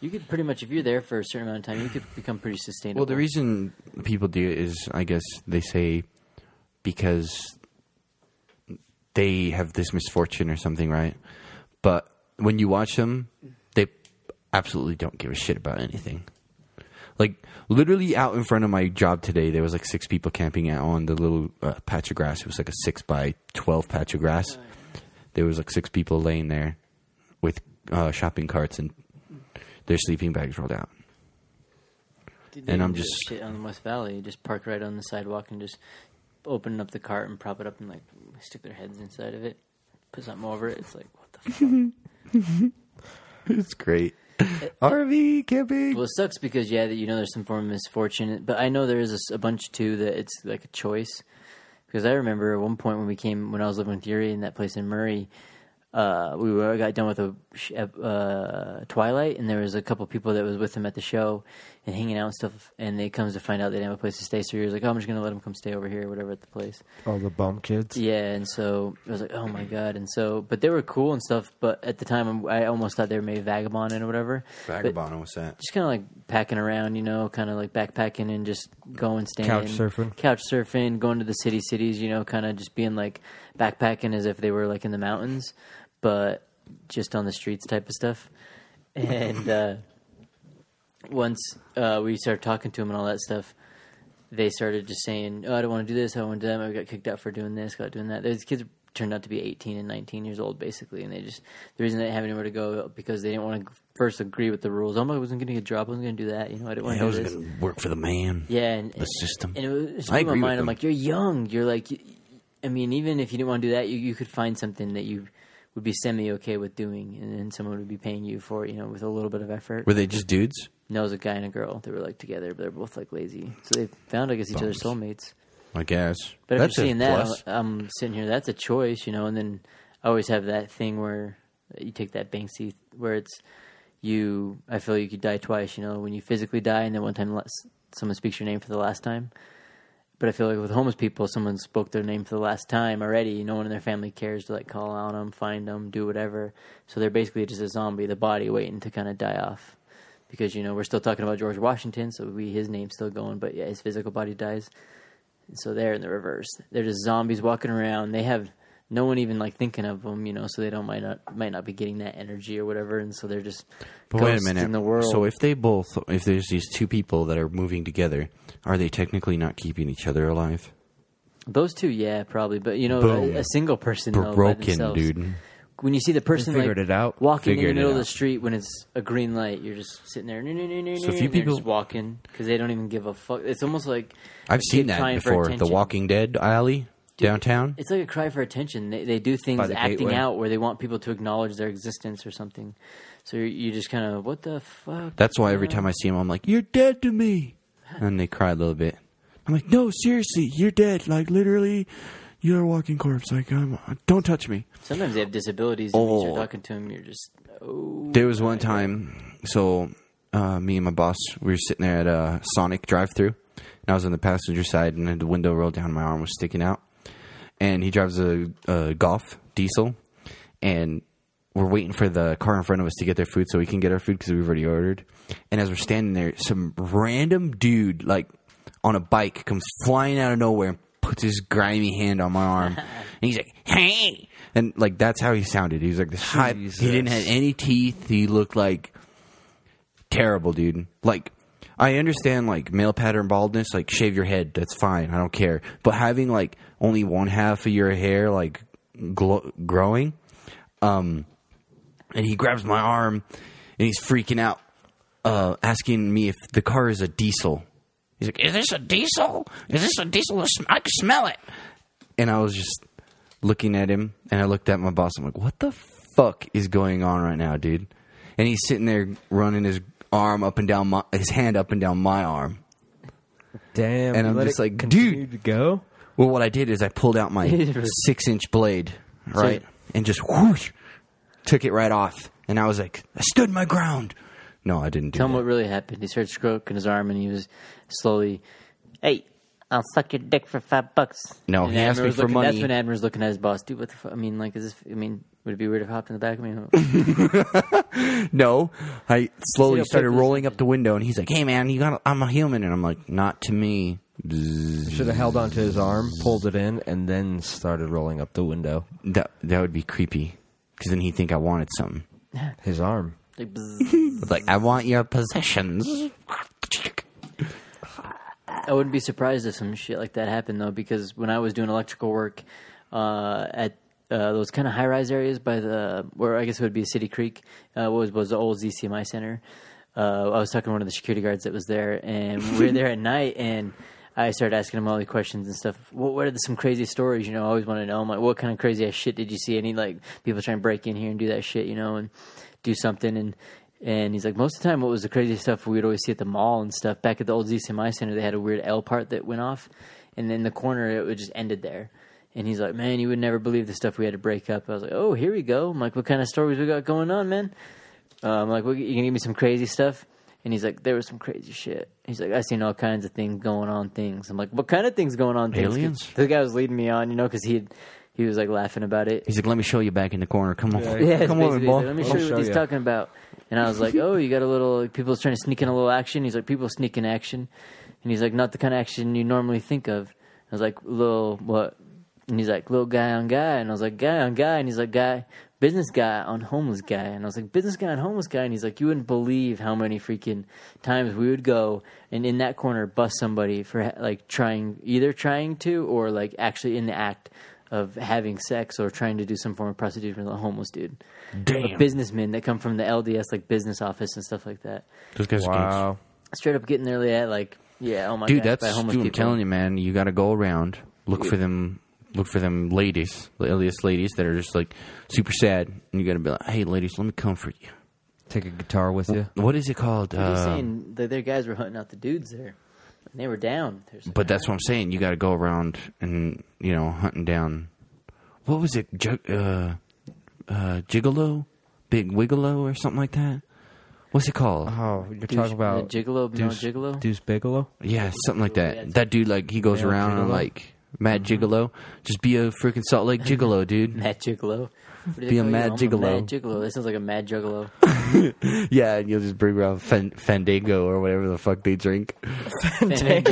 You could pretty much, if you're there for a certain amount of time, you could become pretty sustainable. Well, the reason people do it is, I guess, they say because they have this misfortune or something, right? But when you watch them, they absolutely don't give a shit about anything. Like literally out in front of my job today, there was like six people camping out on the little uh, patch of grass. It was like a six by twelve patch of grass. There was like six people laying there with uh, shopping carts and their sleeping bags rolled out. They and I'm do that just- shit on the West Valley. You just park right on the sidewalk and just open up the cart and prop it up and like stick their heads inside of it. put something over it. It's like what the fuck. It's great. RV camping. well, it sucks because yeah, that you know there's some form of misfortune, but I know there is a, s- a bunch too that it's like a choice. Because I remember at one point when we came when I was living with Yuri in that place in Murray, uh, we were, got done with a sh- uh, Twilight, and there was a couple people that was with him at the show and hanging out and stuff. And they comes to find out they didn't have a place to stay, so Yuri's like, "Oh, I'm just gonna let them come stay over here, or whatever, at the place." All the bum kids. Yeah, and so I was like, oh my god, and so but they were cool and stuff. But at the time, I almost thought they were maybe vagabonding or whatever. But Vagabond, what's that? just kind of like packing around, you know, kind of like backpacking and just going staying, Couch surfing. couch surfing, going to the city cities, you know, kind of just being like backpacking as if they were like in the mountains, but just on the streets type of stuff. And uh, once uh, we started talking to them and all that stuff, they started just saying, "Oh, I don't want to do this. I don't want to do that. I got kicked out for doing this. Got doing that." Those kids turned out to be 18 and 19 years old, basically, and they just the reason they didn't have anywhere to go because they didn't want to first agree with the rules. Oh, I wasn't going to get dropped. I wasn't going to do that. You know, I didn't want to Yeah, I was do this. gonna work for the man. yeah, and the system. And it was it blew I my agree with mind. I'm them. like, you're young. You're like, y- I mean, even if you didn't want to do that, you you could find something that you would be semi okay with doing, and then someone would be paying you for it, you know, with a little bit of effort. Were they just dudes? No, it was a guy and a girl. They were like together, but they're both like lazy. So they found, I guess, each other's soulmates. I guess. But That's after a seeing that, plus. I'm, I'm sitting here. That's a choice, you know. And then I always have that thing where you take that Banksy, where it's you. I feel you could die twice, you know, when you physically die, and then one time less, someone speaks your name for the last time. But I feel like with homeless people, someone spoke their name for the last time already. No one in their family cares to like call out them, find them, do whatever. So they're basically just a zombie, the body waiting to kind of die off. Because you know we're still talking about George Washington, so we his name's still going, but yeah, his physical body dies. So they're in the reverse. They're just zombies walking around. They have no one even like thinking of them, you know. So they don't might not might not be getting that energy or whatever, and so they're just But wait a ghosts minute. in the world. So if they both, if there's these two people that are moving together, are they technically not keeping each other alive? Those two, yeah, probably. But you know, a, a single person though, by Broken, themselves. dude. When you see the person figured like, it out. walking in Figured the it middle of the out. street when it's a green light, you're just sitting there. So So few few people people- just walking because they don't even give a fuck. It's almost like I've a seen kid that crying for before. The attention. Walking Dead alley downtown. It's like a cry for attention. They they do things By the acting gateway. out where they want people to acknowledge their existence or something. So you're, you just kind of what the fuck? That's why every time I see them, I'm like, "You're dead to me," and they cry a little bit. I'm like, "No, seriously, you're dead. Like literally, you're a walking corpse. Like, I'm, don't touch me." Sometimes they have disabilities. and when Oh. You're talking to them. You're just oh. There was one time, so uh, me and my boss, we were sitting there at a Sonic drive-through, and I was on the passenger side, and the window rolled down, my arm was sticking out, and he drives a, a Golf diesel, and we're waiting for the car in front of us to get their food so we can get our food because we've already ordered. And as we're standing there, some random dude, like on a bike, comes flying out of nowhere and puts his grimy hand on my arm. and he's like, hey! And like, that's how he sounded. He was like this high. He didn't have any teeth. He looked like terrible, dude. Like, I understand like male pattern baldness, like shave your head, that's fine, I don't care. But having like only one half of your hair like glo- growing, um, and he grabs my arm and he's freaking out, uh, asking me if the car is a diesel. He's like, "Is this a diesel? Is this a diesel? I can smell it." And I was just looking at him, and I looked at my boss. I'm like, "What the fuck is going on right now, dude?" And he's sitting there running his arm up and down my his hand up and down my arm. Damn. And you I'm let just it like, continue dude. to go. Well, what I did is I pulled out my six inch blade, right, and just whoosh, took it right off. And I was like, I stood my ground. No, I didn't do Tell him that. what really happened. He started stroking his arm, and he was slowly, "Hey, I'll suck your dick for five bucks." No, And he asked Admiral me was for looking, money. That's when Admiral's looking at his boss. Dude, what the fuck? I mean, like, is this? I mean, would it be weird if I hopped in the back of me? No, I slowly Sit up, started take this. rolling up the window, and he's like, "Hey, man, you got? I'm a human," and I'm like, "Not to me." Should have held onto his arm, pulled it in, and then started rolling up the window. That that would be creepy, because then he'd think I wanted something. His arm. Like, bzzz. Like, I want your possessions. I wouldn't be surprised if some shit like that happened though, because when I was doing electrical work uh, at uh, those kind of high-rise areas by the, where I guess it would be City Creek, uh, what was was the old ZCMI center. Uh, I was talking to one of the security guards that was there, and we were there at night, and I started asking him all the questions and stuff. What, what are the, some crazy stories? You know, I always want to know. I'm like, what kind of crazy ass shit did you see? Any like people trying to break in here and do that shit, you know, and do something and. And he's like, most of the time, what was the craziest stuff we would always see at the mall and stuff. Back at the old ZCMI center, they had a weird L part that went off, and then the corner it would just ended there. And he's like, man, you would never believe the stuff we had to break up. I was like, oh, here we go. I'm like, what kind of stories we got going on, man? Uh, I'm like, well, you can give me some crazy stuff? And he's like, there was some crazy shit. He's like, I seen all kinds of things going on. Things. I'm like, what kind of things going on? Things? Aliens? The guy was leading me on, you know, because he had, he was like laughing about it. He's like, let me show you back in the corner. Come on. Yeah, it's Come on, basically, he's boy. like, Let me show you what he's talking about. And I was like, oh, you got a little, like, people's trying to sneak in a little action. He's like, people sneak in action. And he's like, not the kind of action you normally think of. I was like, little, what? And he's like, little guy on guy. And I was like, guy on guy. And he's like, guy, business guy on homeless guy. And I was like, business guy on homeless guy. And he's like, you wouldn't believe how many freaking times we would go and in that corner bust somebody for like trying, either trying to or like actually in the act of having sex or trying to do some form of prostitution with a homeless dude. Or businessmen that come from the LDS like business office and stuff like that. Those guys are Wow. Straight up getting their at like yeah, oh my god, dude, that's by dude. I'm homeless people. telling you, man. You got to go around look for them. Look for them ladies, the LDS ladies that are just like super sad, and you got to be like, "Hey, ladies, let me comfort you." Take a guitar with you. What is it called? What are you Uh, saying that their guys were hunting out the dudes there. And they were down. There's But that's what I'm saying. You got to go around and you know hunting down. What was it? Ju- uh, uh, gigolo, big wigolo, or something like that. What's it called? Oh, you're douche- talking about the gigolo, Deuce, no gigolo. Deuce Bigelow. yeah, Mm-hmm. something like that. yeah, it's- that dude, like, he goes Male around and gigolo? like mad gigolo. Just be a freaking Salt Lake gigolo, dude. Mad gigolo. What do they Be a call you? mad I'm gigolo. Mad gigolo. That sounds like a mad juggalo. yeah, and you'll just bring around fan- Fandango or whatever the fuck they drink. the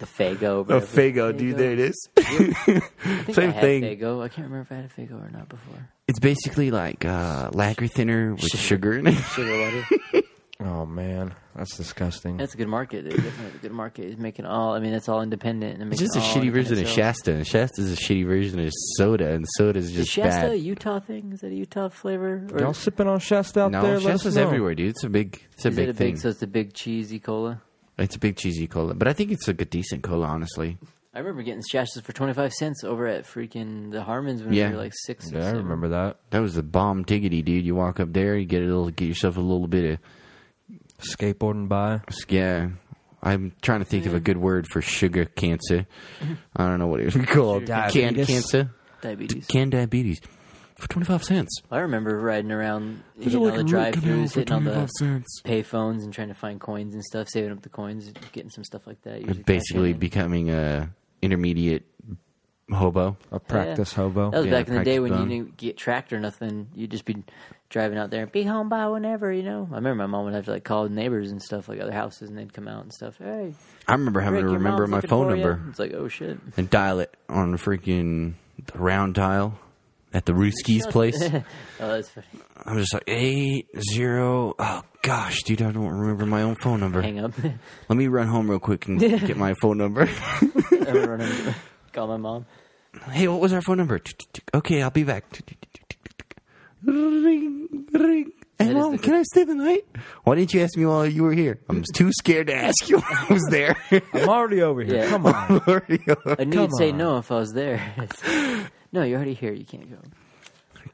fago. A bro. Oh, Fago, dude. There it is. I think same I had thing. Fago. I can't remember if I had a fago or not before. It's basically like uh, lager thinner with sugar in it. Sugar water. Oh man, that's disgusting. That's a good market. Dude. Definitely a good market. It's making all. I mean, that's all independent. And It's just a shitty version of Shasta, and Shasta's a shitty version of soda, and soda's Is just Shasta a bad. Utah thing? Is that a Utah flavor? Or Y'all sipping on Shasta out No, there? Let us Shasta's know. everywhere, dude. It's a big, it's a is big it a thing. big? So it's a big cheesy cola. it's a big cheesy cola, but I think it's like a decent cola, honestly. I remember getting Shastas for twenty five cents over at freaking the Harmons when Yeah. we were like six. or Yeah, I seven. remember that That was the bomb tiggity, dude. You walk up there, you get a little, get yourself a little bit skateboarding by. of, yeah. I'm trying to think of a good word for sugar cancer. I don't know what it was called. Canned Diabetes? cancer, diabetes. canned diabetes, for twenty five cents. I remember riding around, hitting all the drive-throughs, hitting all the cents. payphones, and trying to find coins and stuff, saving up the coins, getting some stuff like that. usually Basically, cashing in. becoming a intermediate hobo. A practice Yeah. hobo. That was Yeah, back in the day when practice you didn't get tracked or nothing. You'd just be driving out there and be home by whenever, you know. I remember my mom would have to like call neighbors and stuff, like other houses, and they'd come out and stuff. Hey, I remember having Rick, to your remember mom's my looking phone for ya." number It's like, oh shit. and dial it on a freaking the round dial at the Rooski's place. Oh, that's funny. I'm just like eight zero. Oh gosh, dude, I don't remember my own phone number. Hang up. I'm Let me run home real quick and get my phone number. gonna run over- call my mom. hey, what was our phone number? Okay, I'll be back. Ring, ring. Hey, is mom, the- can I stay the Mm. night? Why didn't you ask me while you were here? I'm too scared to ask you when I was there. I'm already over here. Yeah. Come on. I knew you'd say no if I was there. It's- no, you're already here. You can't go.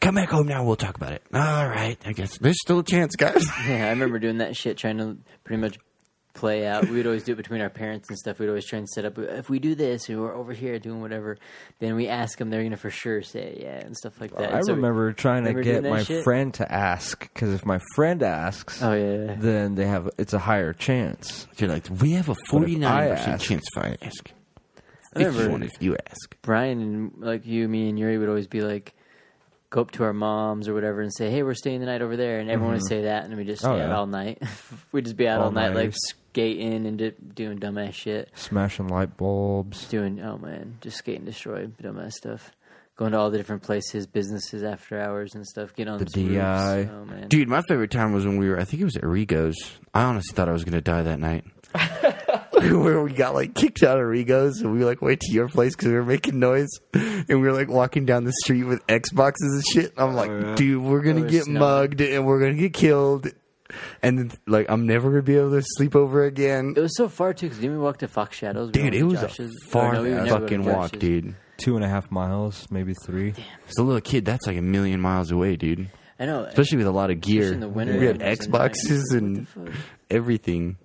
Come back home now. We'll talk about it. All right. I guess there's still a chance, guys. Yeah, I remember doing that shit, trying to pretty much play out. We would always do it between our parents and stuff. We'd always try and set up if we do this, or we're over here doing whatever. Then we ask them; they're gonna for sure say yeah and stuff like that. I And so we- remember trying to remember get doing that my shit? friend to ask because if my friend asks, Oh, yeah, yeah. then they have it's a higher chance. You're like, we have a What if 49 I percent ask? chance if I ask. I If you remember want, if you ask. Brian and like you, me, and Yuri would always be like. Go up to our moms or whatever and say, "Hey, we're staying the night over there," and everyone Mm-hmm. would say that, and we just stay Oh, out yeah. all night. We'd just be out all, night, like All-nighters. skating and di- doing dumbass shit. Smashing light bulbs. doing oh man, just skate and destroy dumbass stuff. Going to all the different places, businesses after hours and stuff. Get on the DI. Oh man, Dude, my favorite time was when we were, I think it was at Rigo's. I honestly thought I was going to die that night. Where we got like kicked out of Rigo's and we like went to your place because we were making noise and we were like walking down the Oh, street with Xboxes and shit. I'm like, dude, we're going It to was get snowing. mugged and we're going to get killed. and then, like I'm never gonna be able to sleep over again. It was so far too because didn't we walk to Fox Shadows? We Dude, went it to was a Josh's- or far no, we never went to fucking walk, Josh's. dude. Two and a half miles, maybe three. As a little kid, that's like a million miles away, dude. I know. Especially with a lot of gear. in the winter we had and it's at Xboxes night. and What the fuck? everything.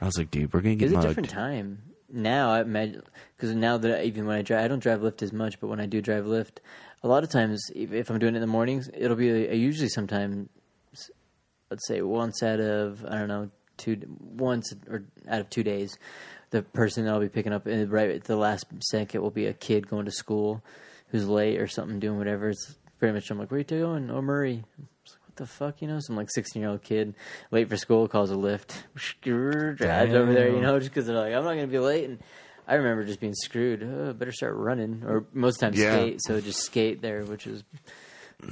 I was like, dude, we're gonna It get was a mugged. different time. Now I imagine because now that I, even when I drive, I don't drive Lyft as much, but when I do drive Lyft, a lot of times if if I'm doing it in the mornings, it'll be a, usually sometime, s- let's say once out of I don't know two once or out of two days, the person that I'll be picking up uh, right at the last second will be a kid going to school who's late or something doing whatever. It's pretty much I'm like, where you two going? Oh, Murray. I'm just like, What the fuck, you know? Some like sixteen year old kid late for school calls a lift, drives over there, you know, just because they're like, I'm not gonna be late. And I remember just being screwed. Oh, better start running, or most times Yeah. skate. So just skate there, which is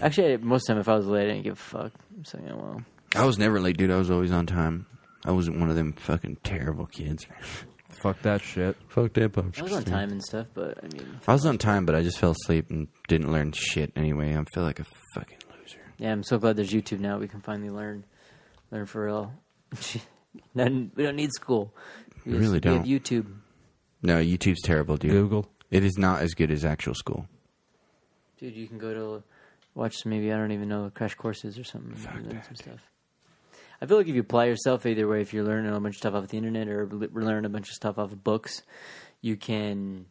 actually I- most time if I was late, I didn't give a fuck. I'm saying, oh, well, I was never late, dude. I was always on time. I wasn't one of them fucking terrible kids. Fuck that shit. Fuck that I was on time and stuff, but I mean, I was on time, but I just fell asleep and didn't learn shit anyway. I feel like a fucking loser. yeah, I'm so glad there's YouTube now. We can finally learn, learn for real. None, we don't need school. We We really just- We have don't. YouTube. No, YouTube's terrible, dude. Google. It is not as good as actual school. Dude, you can go to watch some maybe I don't even know crash courses or something. and learn some stuff. I feel like if you apply yourself either way, if you're learning a bunch of stuff off the internet or l- learn a bunch of stuff off of books, you can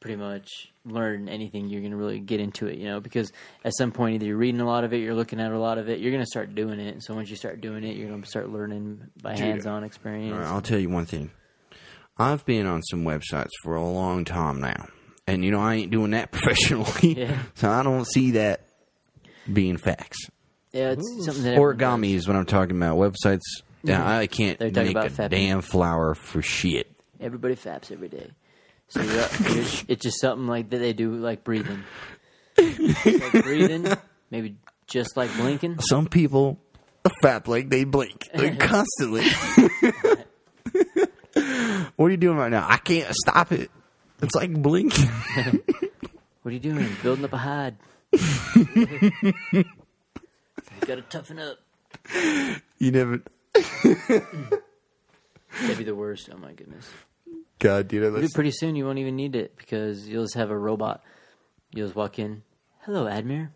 pretty much learn anything you're going to really get into it, you know, because at some point either you're reading a lot of it, you're looking at a lot of it, you're going to start doing it. And so once you start doing it, you're going to start learning by hands-on experience. All right, I'll tell you one thing. I've been on some websites for a long time now, and you know I ain't doing that professionally, Yeah. so I don't see that being facts. Yeah, it's something that everyone Origami is what I'm talking about. Websites. Yeah, I Mm-hmm. can't They're talking make about fapping. a damn flower for shit. Everybody faps every day. So you're, you're, it's just something like that they do, like breathing. It's like breathing, maybe just like blinking. Some people fap like they blink like constantly. what are you doing right now? I can't stop it. It's like blinking. What are you doing? Building up a hide. you gotta toughen up. You never. That'd be the worst. Oh my goodness. God, dude, I Dude, listen. pretty soon you won't even need it because you'll just have a robot. You'll just walk in. Hello, Admir.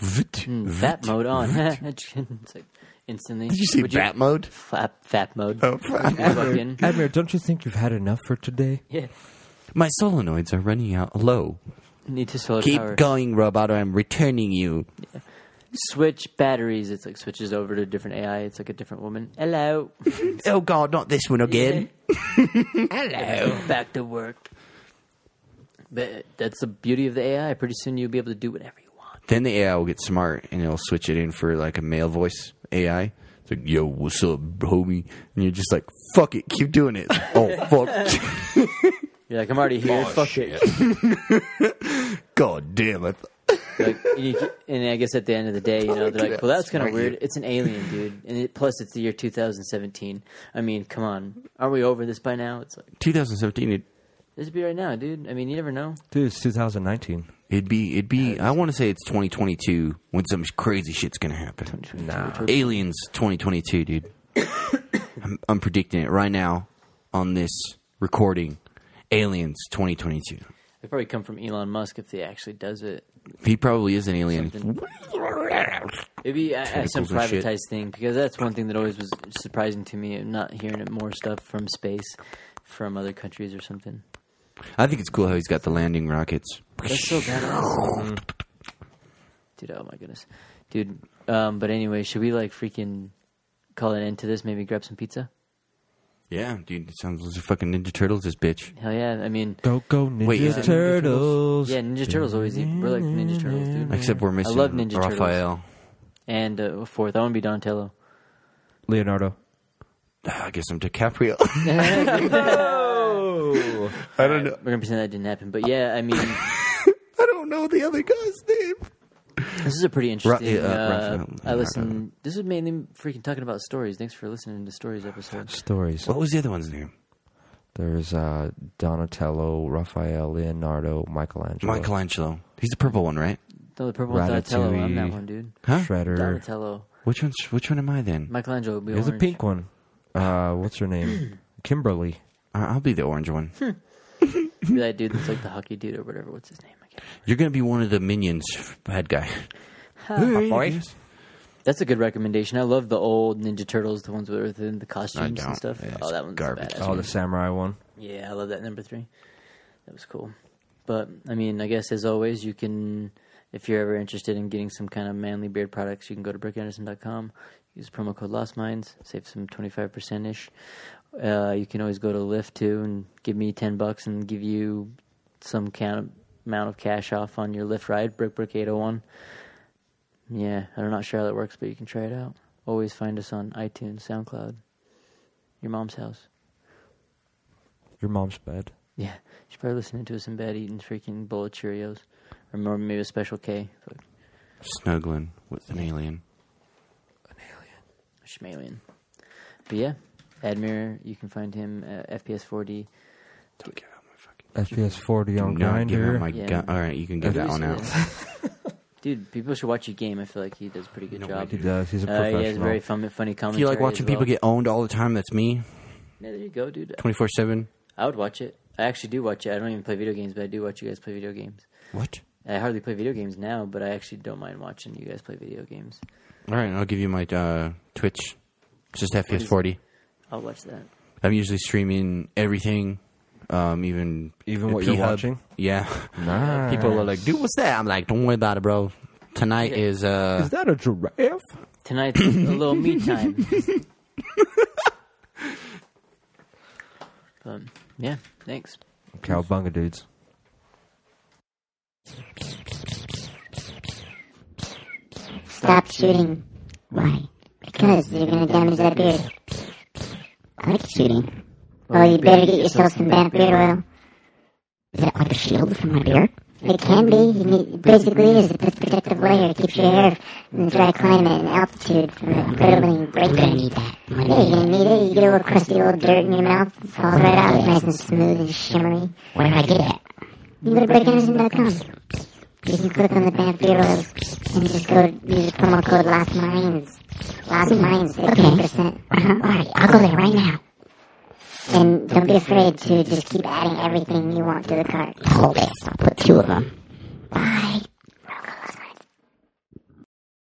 Mm, Fap mode on. it's like instantly. Did you see bat mode? Flap, fap mode. Oh, fap You walk in. Admir, don't you think you've had enough for today? Yeah. My solenoids are running out low. Need to solar Keep power. going, robot. I'm returning you. switch batteries. It's like switches over to a different AI. It's like a different woman. Hello. Oh God, not this one again. Hello. Back to work. But that's the beauty of the AI. Pretty soon you'll be able to do whatever you want. then the AI will get smart and it'll switch it in for like a male voice AI. It's like, yo, what's up, homie? And you're just like, fuck it, keep doing it. oh fuck, You're like, I'm already here. Fuck it. God damn it. Like, you- and I guess at the end of the day, you know, they're like, well, that's kind of Smart weird. you. It's an alien, dude. And it, plus, it's the year 2017. I mean, come on. Aren't we over this by now? It's like, 2017, it, this would be right now, dude. I mean, you never know. Dude, it's 2019. it'd be, it'd be. I want to say it's 2022 when some crazy shit's gonna happen. Nah. Aliens 2022, dude. I'm, I'm predicting it right now on this recording. Aliens 2022. It probably come from Elon Musk if he actually does it. He probably is an alien. Maybe a- a- some Tentacles and shit. privatized thing because that's one thing that always was surprising to me. Not hearing it more stuff from space, from other countries or something. I think it's cool how he's got the landing rockets. That's so badass, dude. Oh my goodness, dude. Um, but anyway, should we like freaking call an end to this? Maybe grab some pizza. Yeah, dude, it sounds like fucking Ninja Turtles. This bitch. Hell yeah! I mean, Don't go Ninja Wait, is it Ninja Turtles. yeah, Ninja Turtles always eat. We're like Ninja Turtles, dude. Except we're missing love Ninja Turtles. Raphael. And uh, fourth, I want to be Donatello. Leonardo. Ah, I guess I'm DiCaprio. I don't know. We're gonna pretend that didn't happen, but yeah, I mean, I don't know the other guy's name. This is a pretty interesting. yeah, uh, uh, Raphael, I Leonardo. listen. This is mainly freaking talking about stories. Thanks for listening to stories episodes. Stories. Oh. What was the other one's name? There's uh, Donatello, Raphael, Leonardo, Michelangelo. Michelangelo. He's the purple one, right? No, the purple one's Donatello. I'm that Ratatouille. one, dude. Huh? Shredder. Donatello. Which one's which one am I then? Michelangelo would be There's a orange. pink one. Uh, what's her name? Kimberly. I- I'll be the orange one. Hmm. Be that dude that's like the hockey dude or whatever. What's his name? I can't remember. You're gonna be one of the minions, bad guy. That's a good recommendation. I love the old Ninja Turtles, the ones within the costumes don't. and stuff. Yeah, oh, it's that one's garbage. badass. Oh, the samurai one. Yeah, I love that number three. That was cool. But I mean, I guess as always, you can, if you're ever interested in getting some kind of manly beard products, you can go to brickanderson.com. Use promo code Lost Minds, save some twenty five percent ish. Uh, you can always go to Lyft too and give me ten bucks and give you some count amount of cash off on your Lyft ride. Brick Brick eight oh one. Yeah, I'm not sure how that works, but you can try it out. Always find us on iTunes, SoundCloud, your mom's house. Your mom's bed. Yeah, she's probably listening to us in bed eating freaking bowl of Cheerios, or more- maybe a Special K, but Snuggling with an alien. Schmalian. But yeah, Admir, you can find him at FPS4D. Don't give out my fucking. FPS 40 on Do not give out my Grinder. Yeah. gun. All right, you can give that one out. Dude, people should watch you game. I feel like he does a pretty good No, job. He does. He's a Uh, professional. he has very fun, funny If commentary. you like watching as well. people get owned all the time, that's me. Yeah, there you go, dude. Twenty four seven. I would watch it. I actually do watch it. I don't even play video games, but I do watch you guys play video games. What? I hardly play video games now, but I actually don't mind watching you guys play video games. All right, I'll give you my uh, Twitch. It's just FPS forty. I'll watch that. I'm usually streaming everything, um, even Even what you're P-Hub. watching? Yeah, people are like, "Dude, what's that?" I'm like, "Don't worry about it, bro. Tonight is uh, Is that a giraffe? Tonight's a little me time. um, yeah, thanks. Cowbunga dudes. Stop shooting. Why? Because you're gonna damage that beard. I like shooting. Well, you better get yourself some back beard oil. Is that like a shield for my beard? It can be. You need, it basically is the protective layer. It keeps your hair from dry climate and altitude from the incredibly break. You're gonna need that. Yeah, you're gonna need it. You get a little crusty old dirt in your mouth. It falls right out. It's nice and smooth and shimmery. Where do I get it? You go to breakanderson.com. You can click on the Banff Bureaus and just go use promo code Last Minds. Last Minds, fifteen percent. Uh-huh. All right, I'll go there right now. And don't be afraid to just keep adding everything you want to the cart. Hold this. I'll put two of them.